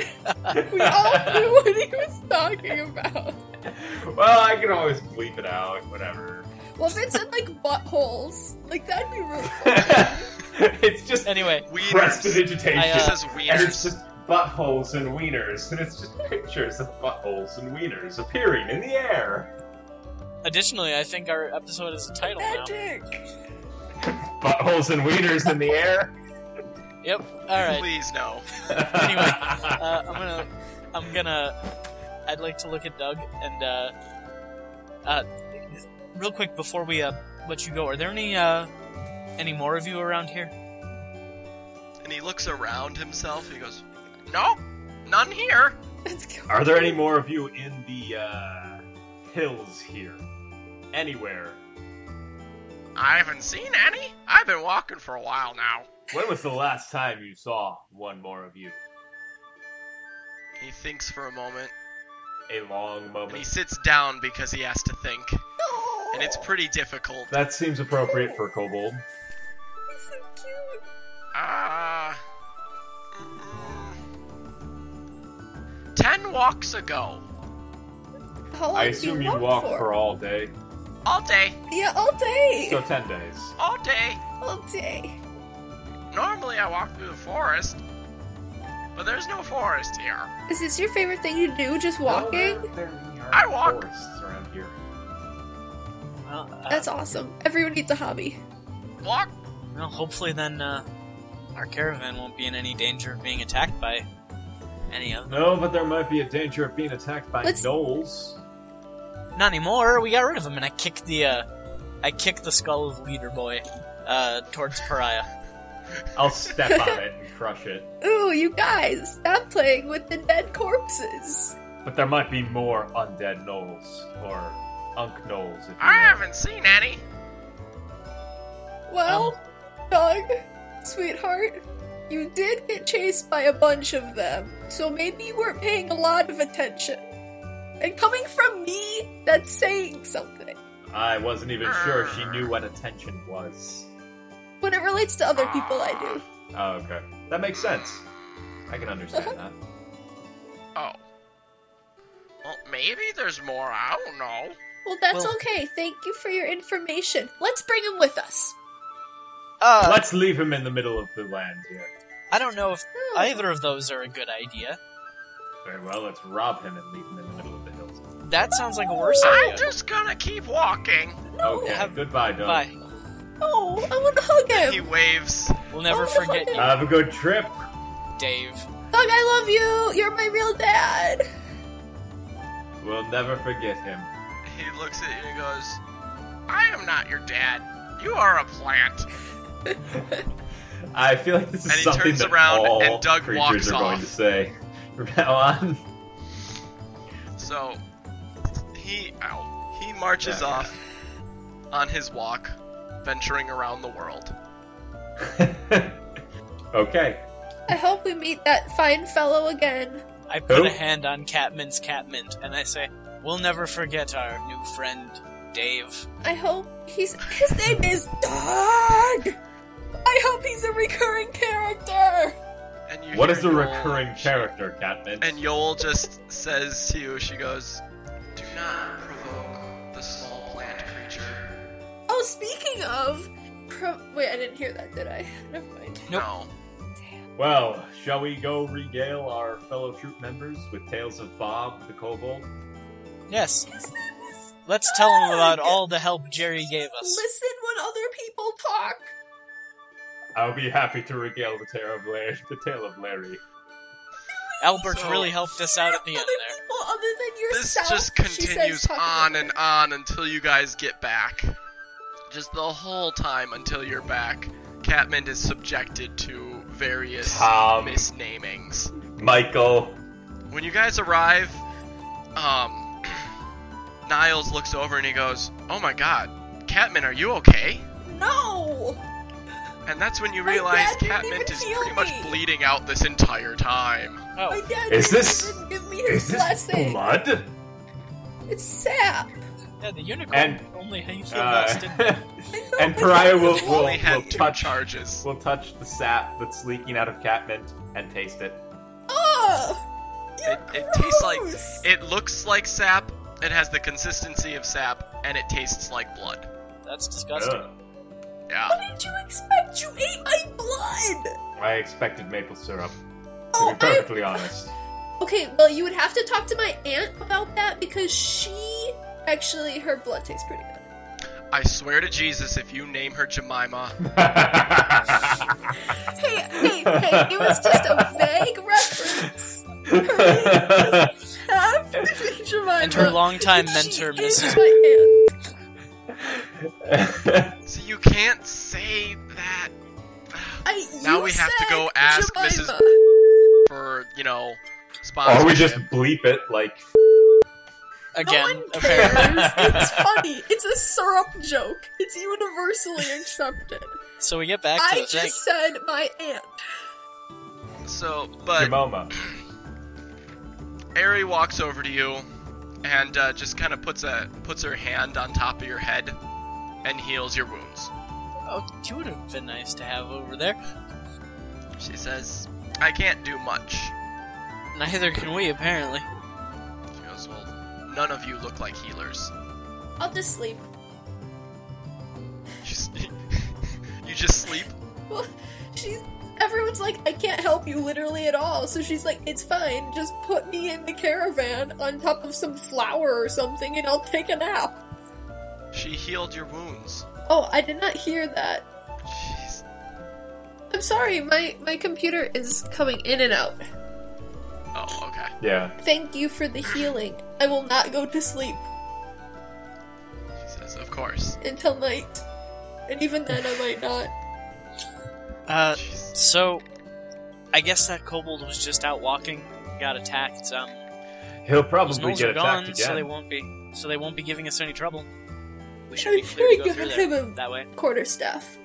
S4: We all knew what he was talking about.
S3: Well, I can always bleep it out, whatever.
S4: Well, if it said like buttholes, like that'd be rude.
S3: it's just
S2: Anyway,
S1: Wieners.
S3: prestidigitation.
S2: I,
S1: He
S2: uh,
S1: says
S3: and it's
S1: wieners.
S3: just buttholes and wieners, and it's just pictures of buttholes and wieners appearing in the air.
S2: additionally, I think our episode is a title now.
S4: Magic.
S5: Buttholes and wieners in the air.
S2: Yep. All right.
S1: Please no.
S2: Anyway, uh, I'm gonna, I'm gonna, I'd like to look at Doug and, uh, uh, real quick before we uh let you go, are there any uh any more of you around here?
S1: And he looks around himself. He goes, "No, none here."
S4: Let's go.
S5: Are there any more of you in the uh, hills here? Anywhere?
S1: I haven't seen any. I've been walking for a while now.
S5: When was the last time you saw one more of you?
S1: He thinks for a moment,
S5: A long
S1: and he
S5: moment.
S1: sits down because he has to think,
S4: No.
S1: and it's pretty difficult.
S5: That seems appropriate for kobold.
S4: He's so cute.
S1: Uh, mm, ten walks ago,
S4: How long
S5: I
S4: do
S5: assume
S4: you
S5: you
S4: walk,
S5: walk
S4: for?
S5: for all day,
S1: all day,
S4: Yeah, all day,
S5: so ten days.
S1: all day.
S4: all day.
S1: Normally I walk through the forest, but there's no forest here.
S4: Is this your favorite thing to do? Just
S5: No,
S4: walking?
S5: there- there are
S1: I walk.
S5: Forests around here.
S2: Well, uh,
S4: That's awesome. Everyone needs a hobby.
S1: Walk.
S2: well, hopefully then uh, our caravan won't be in any danger of being attacked by any of them.
S5: No, but there might be a danger of being attacked by
S4: Let's-
S5: gnolls.
S2: Not anymore. We got rid of him, and I kicked the, uh, I kicked the skull of Leader Boy uh, towards Pariah.
S5: I'll step on it and crush it.
S4: Ooh, you guys, stop playing with the dead corpses.
S5: But there might be more undead gnolls or unk gnolls. If you
S1: I
S5: will.
S1: haven't seen any.
S4: Well, Doug, sweetheart, you did get chased by a bunch of them, so maybe you weren't paying a lot of attention. And coming from me, that's saying something.
S5: I wasn't even sure she knew
S1: Ah.
S5: what attention was.
S4: When it relates to other people, I do.
S5: Oh, okay. That makes sense. I can understand that.
S1: Oh. Well, maybe there's more. I don't know.
S4: Well, that's
S2: Well-
S4: okay. Thank you for your information. Let's bring him with us.
S2: Uh,
S5: Let's leave him in the middle of the land here.
S2: I don't know if
S4: Oh,
S2: either of those are a good idea.
S5: Very well, let's rob him and leave him in the middle of the hills.
S2: That sounds like a worse
S1: I'm
S2: idea.
S1: just gonna keep walking.
S4: No,
S5: okay,
S2: Have-
S5: goodbye, Doug.
S2: Bye.
S4: no, Oh, I want to hug
S1: He
S4: him.
S1: waves.
S2: We'll never forget you,
S5: Have a good trip.
S2: Dave.
S4: Doug, I love you. You're my real dad.
S5: We'll never forget him.
S1: He looks at you and goes, I am not your dad. You are a plant.
S5: I feel like this is
S1: And he
S5: something
S1: turns
S5: that
S1: around
S5: all
S1: and Doug
S5: creatures
S1: walks
S5: are
S1: off.
S5: going to say from now on.
S1: So he ow, he marches
S5: Yeah.
S1: off on his walk, venturing around the world.
S5: okay.
S4: I hope we meet that fine fellow again.
S2: I put
S5: Who?
S2: a hand on Catmint's Catmint, and I say, "We'll never forget our new friend, Dave."
S4: I hope he's. His name is Doug! I hope he's a recurring character!
S1: And you
S5: What
S1: hear
S5: is a
S1: Yol-
S5: recurring character, Katniss?
S1: And Yol just says to you, she goes, "Do not provoke the small plant creature."
S4: Oh, speaking of. Pro- Wait, I didn't hear that, did I? Never mind.
S2: Nope.
S1: No.
S5: Well, shall we go regale our fellow troop members with tales of Bob the Kobold?
S2: Yes.
S4: His name was-
S2: Let's tell him about
S4: Doug!
S2: all the help Jerry gave us.
S4: Listen when other people talk.
S5: I'll be happy to regale the tale of Larry. The tale of Larry.
S2: Albert
S1: So-
S2: really helped us out at the end
S4: other
S2: there.
S4: people other than
S1: This
S4: yourself.
S1: just
S4: she says,
S1: continues
S4: talking
S1: on
S4: about
S1: and on until you guys get back. Just the whole time until you're back, Catmint is subjected to various
S5: Tom.
S1: misnamings.
S5: Michael.
S1: When you guys arrive, um, Niles looks over and he goes, "Oh my God, Catmint, are you okay?"
S4: No!
S1: And that's when you
S4: My
S1: realize
S4: dad didn't
S1: Catmint
S4: even
S1: is
S4: heal
S1: pretty much
S4: me.
S1: bleeding out this entire time.
S4: My
S2: Oh,
S4: dad
S5: Is
S4: didn't
S5: this-
S4: even give me
S5: Is
S4: his
S5: this
S4: blessing.
S5: blood?
S4: It's sap.
S2: yeah, the unicorn
S5: And-
S2: only healed us, didn't
S5: Uh,
S4: I know,
S5: and
S4: but
S5: Pariah will,
S4: it's
S5: will,
S1: Only
S5: will
S1: had two
S5: touch
S1: charges.
S5: will touch the sap that's leaking out of Catmint and taste it.
S4: Ugh! You're
S1: It- it tastes like-
S4: gross.
S1: It looks like sap. It has the consistency of sap, and it tastes like blood.
S2: That's disgusting.
S5: Ugh.
S1: Yeah.
S4: What did you expect? You ate my blood!
S5: I expected maple syrup. To
S4: Oh,
S5: be
S4: I...
S5: perfectly honest.
S4: Okay, well, you would have to talk to my aunt about that because she. Actually, her blood tastes pretty good.
S1: I swear to Jesus, if you name her Jemima,
S4: Hey, hey, hey, it was just a vague reference. Her Have to be Jemima.
S2: And her longtime
S4: She
S2: mentor,
S4: is
S2: Mrs.
S4: my aunt.
S1: so you can't say that
S4: I,
S1: Now
S4: you
S1: we have to
S4: said
S1: go ask
S4: Jemima.
S1: Mrs. for you know sponsorship.
S5: or we just bleep it like
S2: Again,
S4: no one cares.
S2: apparently.
S4: it's funny. It's a syrup joke. It's universally accepted.
S2: So we get back to
S4: I
S2: the thing.
S4: just said my aunt.
S1: so, but
S5: Jamoma.
S1: Ari walks over to you and uh, just kind of puts a puts her hand on top of your head and heals your wounds.
S2: Oh, you would have been nice to have over there.
S1: She says, "I can't do much."
S2: Neither can we, apparently.
S1: She goes, "Well, none of you look like healers."
S4: I'll just sleep.
S1: She's, you just sleep.
S4: Well, she's. Everyone's like, I can't help you literally at all. So she's like, it's fine. Just put me in the caravan on top of some flour or something and I'll take a nap.
S1: She healed your wounds.
S4: Oh, I did not hear that.
S1: Jeez.
S4: I'm sorry, my, my computer is coming in and out.
S1: Oh, okay.
S5: Yeah.
S4: Thank you for the healing. I will not go to sleep
S1: She says, "Of course."
S4: until night. And even then, I might not.
S2: Uh,
S1: Jeez.
S2: so I guess that kobold was just out walking, got attacked. Um,
S5: He'll
S2: those
S5: probably
S2: gnolls
S5: get
S2: are
S5: attacked
S2: gone,
S5: again.
S2: so they won't be. So they won't be giving us any trouble. We should
S4: I'm
S2: be clear to
S4: sure
S2: go
S4: you
S2: through
S4: have
S2: there
S4: him.
S2: that way.
S4: Quarterstaff.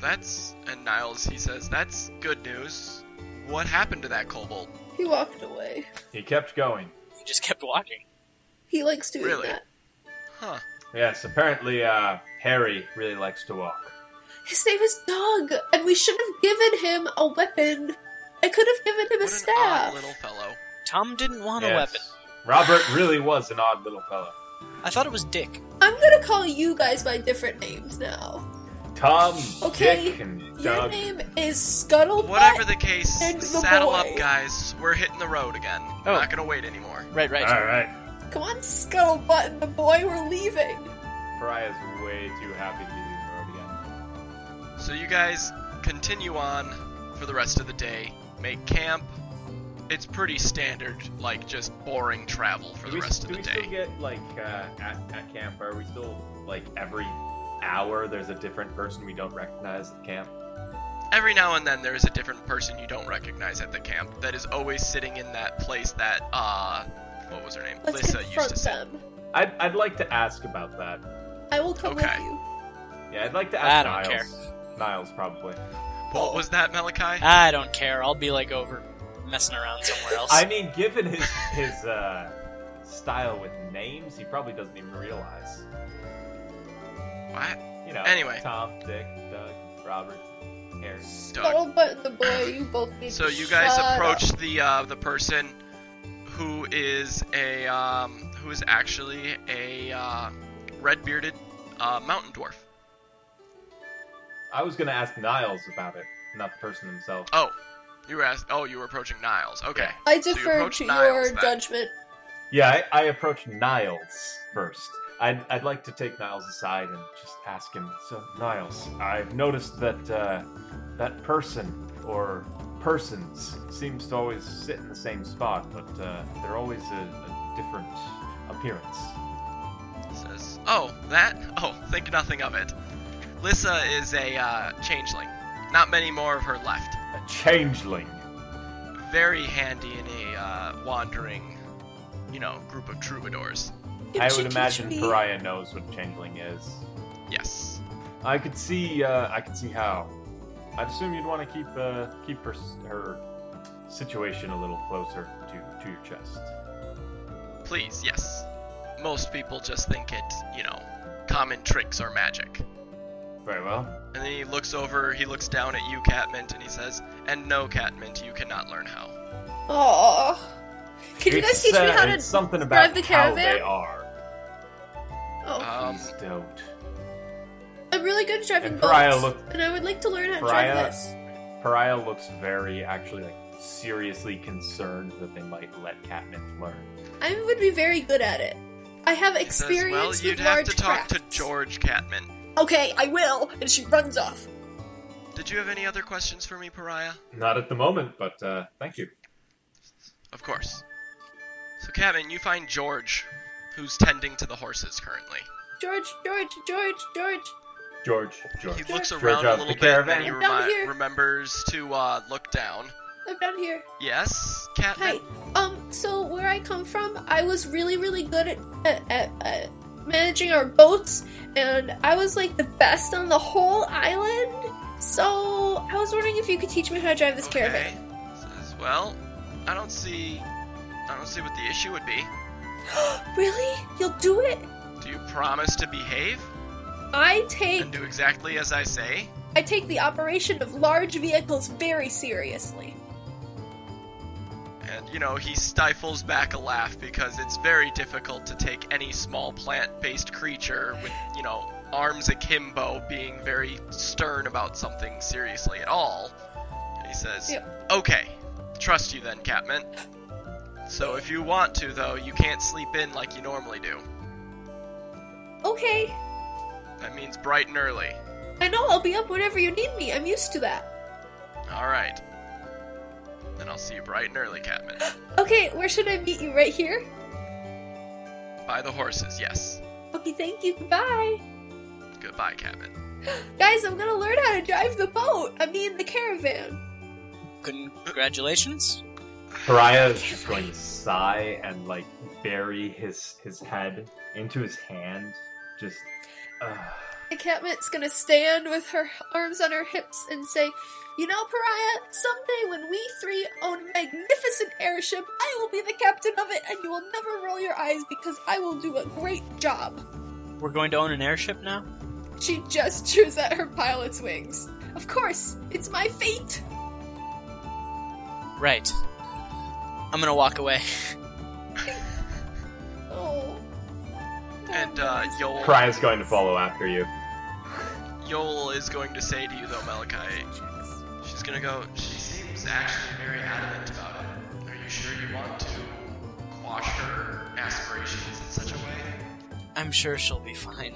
S1: That's and Niles he says, That's good news. What happened to that kobold?
S4: He walked away.
S5: He kept going.
S2: We just kept walking.
S4: He likes doing
S1: Really?
S4: that.
S1: Huh.
S5: Yes, apparently uh, Harry really likes to walk.
S4: His name is Doug, and we should have given him a weapon. I could have given him a
S1: What an odd
S4: staff.
S1: little fellow.
S2: Tom didn't want a
S5: Yes.
S2: weapon.
S5: Robert really was an odd little fellow.
S2: I thought it was Dick.
S4: I'm gonna call you guys by different names now.
S5: Tom,
S4: Okay,
S5: Dick, and
S4: Your
S5: Doug.
S4: name is Scuttlebutt.
S1: Whatever the case,
S4: and the
S1: saddle
S4: boy.
S1: up guys. We're hitting the road again. We're
S2: Oh.
S1: not gonna wait anymore.
S2: Right, right.
S5: All right.
S4: Come on, Scuttlebutt and the boy, we're leaving.
S5: Pariah's way too happy to be doing road again.
S1: So you guys continue on for the rest of the day. Make camp. It's pretty standard, like just boring travel for
S5: do
S1: the
S5: we,
S1: rest of
S5: do
S1: the
S5: we
S1: day.
S5: still get like uh, at, at camp? Are we still like every hour there's a different person we don't recognize at camp?
S1: Every now and then there is a different person you don't recognize at the camp that is always sitting in that place that uh what was her name?
S4: Let's
S1: Lissa used
S4: confront
S1: to sit.
S4: them.
S5: I'd, I'd like to ask about that.
S4: I will come
S1: Okay.
S4: with you.
S5: Yeah, I'd like to
S2: I
S5: ask
S2: don't
S5: Niles. Niles probably.
S1: What was that, Malachi?
S2: I don't care. I'll be like over messing around somewhere else.
S5: I mean, given his his uh, style with names, he probably doesn't even realize.
S1: What?
S5: You know,
S1: Anyway.
S5: Tom, Dick, Doug, Robert. Harry.
S1: Doug.
S4: Scuttlebutt the boy. You both need.
S1: So
S4: to
S1: you guys
S4: shut up.
S1: approach the uh, the person who is a um, who is actually a uh, red bearded uh, mountain dwarf.
S5: I was gonna ask Niles about it, not the person himself.
S1: Oh, you were asked, oh you were approaching Niles. Okay.
S4: I
S1: you
S4: defer
S1: approach
S4: to
S1: Niles
S4: your
S1: then.
S4: judgment.
S5: Yeah, I, I approached Niles first. I'd, I'd like to take Niles aside and just ask him. So, Niles, I've noticed that uh, that person or persons seems to always sit in the same spot, but uh, they're always a, a different appearance.
S1: Says, oh that oh think nothing of it. Lissa is a uh, changeling. Not many more of her left.
S5: A changeling.
S1: Very handy in a uh, wandering, you know, group of troubadours.
S5: I
S4: Chicky
S5: would imagine
S4: chicky.
S5: Pariah knows what changeling is.
S1: Yes.
S5: I could see. Uh, I could see how. I'd assume you'd want to keep uh, keep her, s- her situation a little closer to to your chest.
S1: Please, yes. Most people just think it, you know, common tricks are magic.
S5: Very well.
S1: And then he looks over, he looks down at you, Catmint, and he says, And no, Catmint, you cannot learn how.
S4: Aw. Can you guys
S5: It's,
S4: teach me
S5: uh,
S4: how
S5: it's
S4: to?
S5: something
S4: drive
S5: about
S4: the
S5: how
S4: caravan?
S5: they are.
S4: Oh,
S1: Um,
S5: Please don't.
S4: I'm really good at driving
S5: and Pariah
S4: boats,
S5: looked-
S4: and I would like to learn how to
S5: Pariah-
S4: drive this.
S5: Pariah looks very actually like seriously concerned that they might let Catmint learn.
S4: I would be very good at it. I have
S1: He says, Well,
S4: experience
S1: you'd
S4: with
S1: have
S4: large
S1: to talk to
S4: crafts."
S1: George Catmint.
S4: Okay, I will. And she runs off.
S1: Did you have any other questions for me, Pariah?
S5: Not at the moment, but uh, thank you.
S1: Of course. So, Catmint, you find George, who's tending to the horses currently.
S4: George, George, George, George.
S5: George, George.
S1: He looks
S4: George
S1: around
S5: out
S1: a
S5: of
S1: little
S5: the
S1: bit, and then
S5: caravan.
S1: he
S4: I'm down
S1: remi-
S4: here.
S1: remembers to uh, look down.
S4: I'm down here.
S1: Yes, Catmint?
S4: Hi. Um. So where I come from, I was really, really good at at, at, at managing our boats, and I was like the best on the whole island. So I was wondering if you could teach me how to drive this caravan.
S1: Says, well, I don't see, I don't see what the issue would be.
S4: really? You'll do it?
S1: Do you promise to behave
S4: I take
S1: and do exactly as I say?
S4: I take the operation of large vehicles very seriously.
S1: And you know, he stifles back a laugh because it's very difficult to take any small plant-based creature with, you know, arms akimbo being very stern about something seriously at all. And he says, "Okay, trust you then, Catman. So if you want to though, you can't sleep in like you normally do.
S4: Okay.
S1: That means bright and early.
S4: I know I'll be up whenever you need me. I'm used to that.
S1: All right. Then I'll see you bright and early, Catman.
S4: Okay, where should I meet you? Right here?
S1: By the horses, yes.
S4: Okay, thank you. Goodbye.
S1: Goodbye, Catman.
S4: Guys, I'm gonna learn how to drive the boat. I mean, the caravan.
S2: Congratulations.
S5: Pariah is just going to sigh and like bury his his head into his hand. Just. Uh,
S4: The catmint's gonna stand with her arms on her hips and say, You know, Pariah, someday when we three own a magnificent airship, I will be the captain of it, and you will never roll your eyes because I will do a great job.
S2: We're going to own an airship now?
S4: She gestures at her pilot's wings. Of course, it's my fate.
S2: Right. I'm gonna walk away.
S4: Oh.
S1: And uh, Yol,
S5: Pariah's going to follow after you.
S1: Yol is going to say to you though, Malachi, she's gonna go. She seems actually very adamant about it. Are you sure you want to quash her aspirations in such a way?
S2: I'm sure she'll be fine.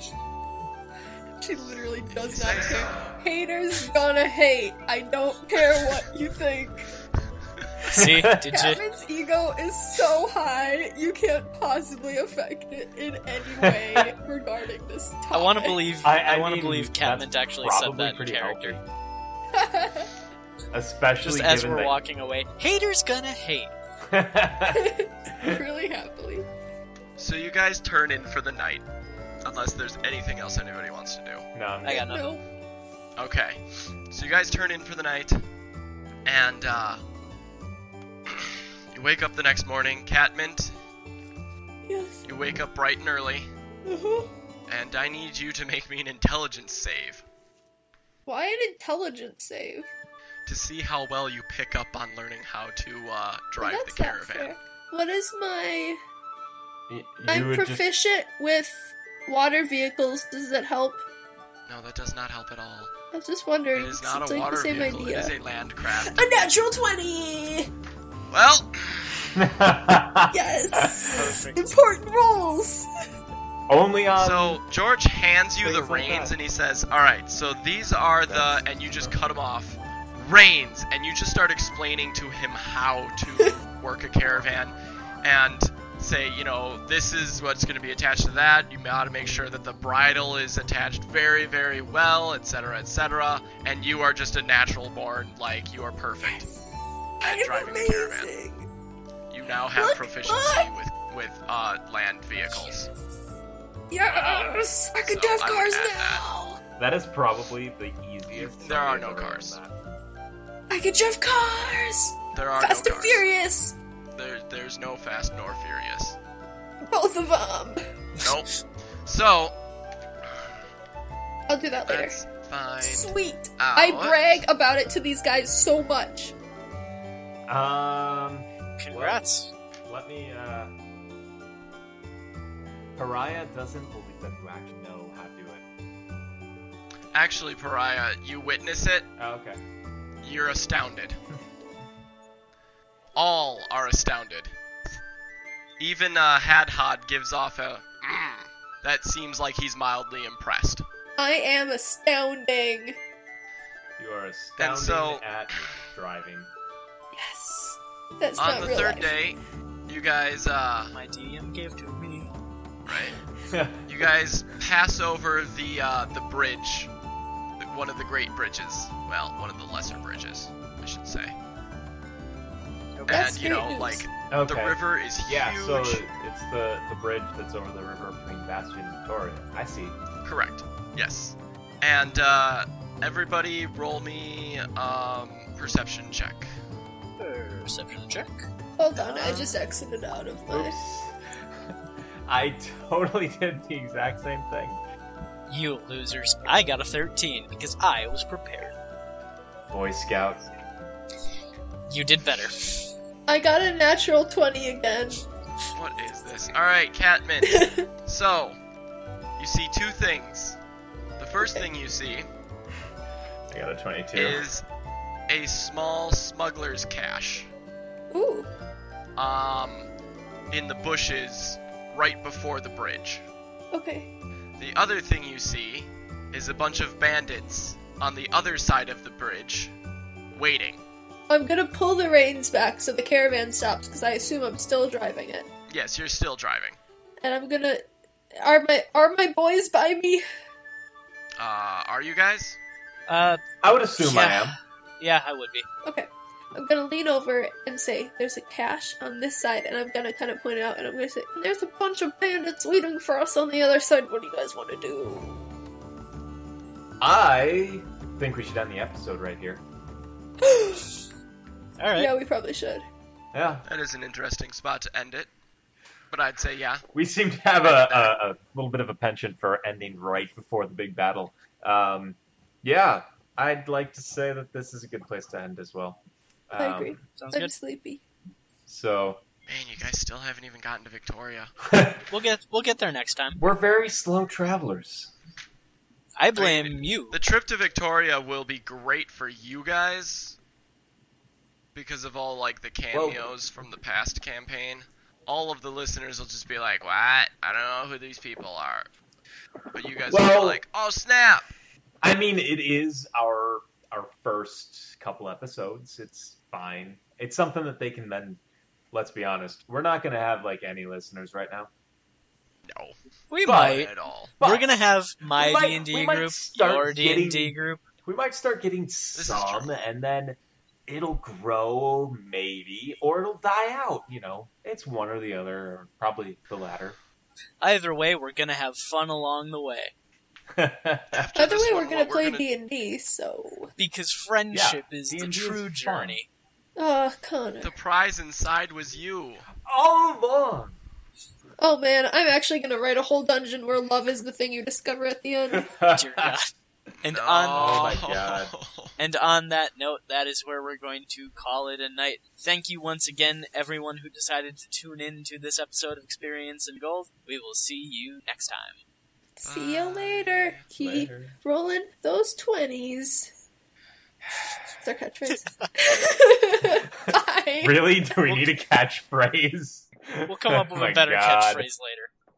S4: She literally does not care. Haters gonna hate. I don't care what you think.
S2: See? Did you?
S4: Catman's ego is so high, you can't possibly affect it in any way regarding this topic.
S2: I want to believe.
S5: I-
S2: I,
S5: I
S2: want to
S5: mean,
S2: believe
S5: that's
S2: Catmint actually said
S5: probably
S2: that in
S5: pretty
S2: character.
S5: healthy,
S4: believe.
S5: especially
S2: Just as
S5: given
S2: we're
S5: that-
S2: walking away, haters gonna hate.
S4: really happily.
S1: So you guys turn in for the night, unless there's anything else anybody wants to do.
S5: no, I'm
S2: I got nothing.
S4: No.
S1: Okay. So you guys turn in for the night, and uh, you wake up the next morning. Catmint,
S4: Yes.
S1: you wake up bright and early,
S4: Uh-huh.
S1: and I need you to make me an intelligence save.
S4: Why an intelligence save?
S1: to see how well you pick up on learning how to uh,
S4: Well,
S1: drive the
S4: that's not
S1: caravan.
S4: fair. What is my?
S5: Y- You
S4: I'm
S5: would just-
S4: proficient with water vehicles. Does that help?
S1: No, that does not help at all.
S4: I was just
S1: It
S4: wondering.
S1: is
S4: 'cause
S1: not
S4: it's
S1: a
S4: like
S1: water
S4: the same
S1: vehicle.
S4: idea.
S1: It is a landcraft.
S4: A natural 20!
S1: Well,
S4: Yes!
S3: Perfect.
S4: Important rules!
S5: Only
S4: Um,
S5: on.
S1: so George hands you the
S5: Things like
S1: reins
S5: that.
S1: and he says, "All right, so these are the," and you just cut him off. Reins, and you just start explaining to him how to work a caravan, and say, you know, this is what's going to be attached to that. You got to make sure that the bridle is attached very, very well, etc., etc. And you are just a natural born, like you are perfect.
S4: I'm
S1: driving the caravan.
S4: amazing!
S1: You now have
S4: Look,
S1: proficiency
S4: look!
S1: with with uh, land vehicles.
S4: Yes! I can
S1: So
S4: drive
S1: I would
S4: cars
S1: add
S4: now!
S5: That is probably the easiest.
S1: There are
S5: summary
S1: no
S5: I've ever
S1: cars.
S5: done.
S4: I can drive cars!
S1: There are
S4: Fast
S1: no
S4: and
S1: cars.
S4: Furious!
S1: There, there's no fast nor furious.
S4: Both of them!
S1: Nope. so
S4: I'll do that later.
S1: let's find
S4: Sweet!
S1: out.
S4: I brag about it to these guys so much.
S5: Um,
S2: Congrats.
S5: let me. uh... Pariah doesn't believe that you actually know how to do it.
S1: Actually, Pariah, you witness it.
S5: Oh, okay.
S1: You're astounded. All are astounded. Even uh, Hadhod gives off a. "Mm." That seems like he's mildly impressed.
S4: I am astounding!
S5: You are astounding
S1: so-
S5: at driving.
S4: Yes! That's
S1: On
S4: not
S1: the
S4: real
S1: third
S4: life.
S1: day, you guys uh,
S2: My DM gave to me.
S1: Right. you guys pass over the uh, the bridge, one of the great bridges. Well, one of the lesser bridges, I should say.
S4: That's
S1: and you
S4: great
S1: know,
S4: news.
S1: like
S5: okay.
S1: the river is
S5: Yeah,
S1: huge.
S5: so it's the the bridge that's over the river between Bastion and Victoria. I see.
S1: Correct. Yes. And uh, everybody, roll me um, perception check.
S2: Perception check.
S4: Hold on, I just exited out of my.
S5: Oops. I totally did the exact same thing.
S2: You losers. I got a 13 because I was prepared.
S5: Boy Scout.
S2: You did better.
S4: I got a natural 20 again.
S1: What is this? All right, Catman. so, you see two things. The first thing you see
S5: I got a 22.
S1: is a small smuggler's cache.
S4: Ooh.
S1: um, in the bushes right before the bridge.
S4: Okay.
S1: The other thing you see is a bunch of bandits on the other side of the bridge, waiting.
S4: I'm gonna pull the reins back so the caravan stops because I assume I'm still driving it.
S1: Yes, you're still driving.
S4: And I'm gonna are my are my boys by me?
S1: Uh, are you guys?
S2: Uh,
S5: I would assume I
S2: Yeah.
S5: am.
S2: yeah, I would be.
S4: Okay. I'm gonna lean over and say, "There's a cache on this side," and I'm gonna kind of point it out, and I'm gonna say, "There's a bunch of bandits waiting for us on the other side. What do you guys want to do?"
S5: I think we should end the episode right here.
S2: All right.
S4: Yeah, we probably should.
S5: Yeah.
S1: That is an interesting spot to end it. But I'd say yeah.
S5: We seem to have a, a, a little bit of a penchant for ending right before the big battle. Um, yeah, I'd like to say that this is a good place to end as well. Um,
S4: I agree.
S2: Sounds
S4: I'm
S2: good.
S4: sleepy.
S5: So
S1: Man, you guys still haven't even gotten to Victoria.
S2: We'll get we'll get there next time.
S5: we're very slow travelers.
S2: I blame you.
S1: The trip to Victoria will be great for you guys because of all like the
S5: Well-
S1: cameos from the past campaign. All of the listeners will just be like, "What? I don't know who these people are." But you guys will
S5: Well-
S1: be like, "Oh snap!"
S5: I mean, it is our our first couple episodes. It's fine. It's something that they can then. Let's be honest. We're not going to have like any listeners right now.
S1: No,
S2: we
S5: but-
S2: might.
S1: all.
S5: But
S2: We're gonna have my
S5: we might-
S2: D and D
S5: we might
S2: group,
S5: start
S2: your D and D
S5: getting-
S2: group.
S5: we might start getting
S1: is
S5: some,
S1: true.
S5: and then it'll grow maybe, or it'll die out. You know, it's one or the other, or probably the latter.
S2: Either way, we're gonna have fun along the way
S1: After
S4: By the
S1: this
S4: way,
S1: one,
S4: we're gonna
S1: what
S4: play D and D, so
S2: because friendship is
S5: D&D
S2: the
S5: is
S2: true
S5: fun.
S2: journey.
S4: ah, Connor.
S1: The prize inside was you.
S5: All along.
S4: Oh man, I'm actually gonna write a whole dungeon where love is the thing you discover at the end.
S2: Dear God. And
S1: No.
S2: on
S5: Oh my god.
S2: and on that note, that is where we're going to call it a night. Thank you once again, everyone who decided to tune in to this episode of Experience and Gold. We will see you next time.
S4: See you later. Keep
S5: Later.
S4: rolling those 20s. That's our catchphrase. Bye.
S3: Really? Do we need a catchphrase?
S2: We'll come up with
S3: My
S2: a better catchphrase
S3: God.
S5: Oh
S2: later.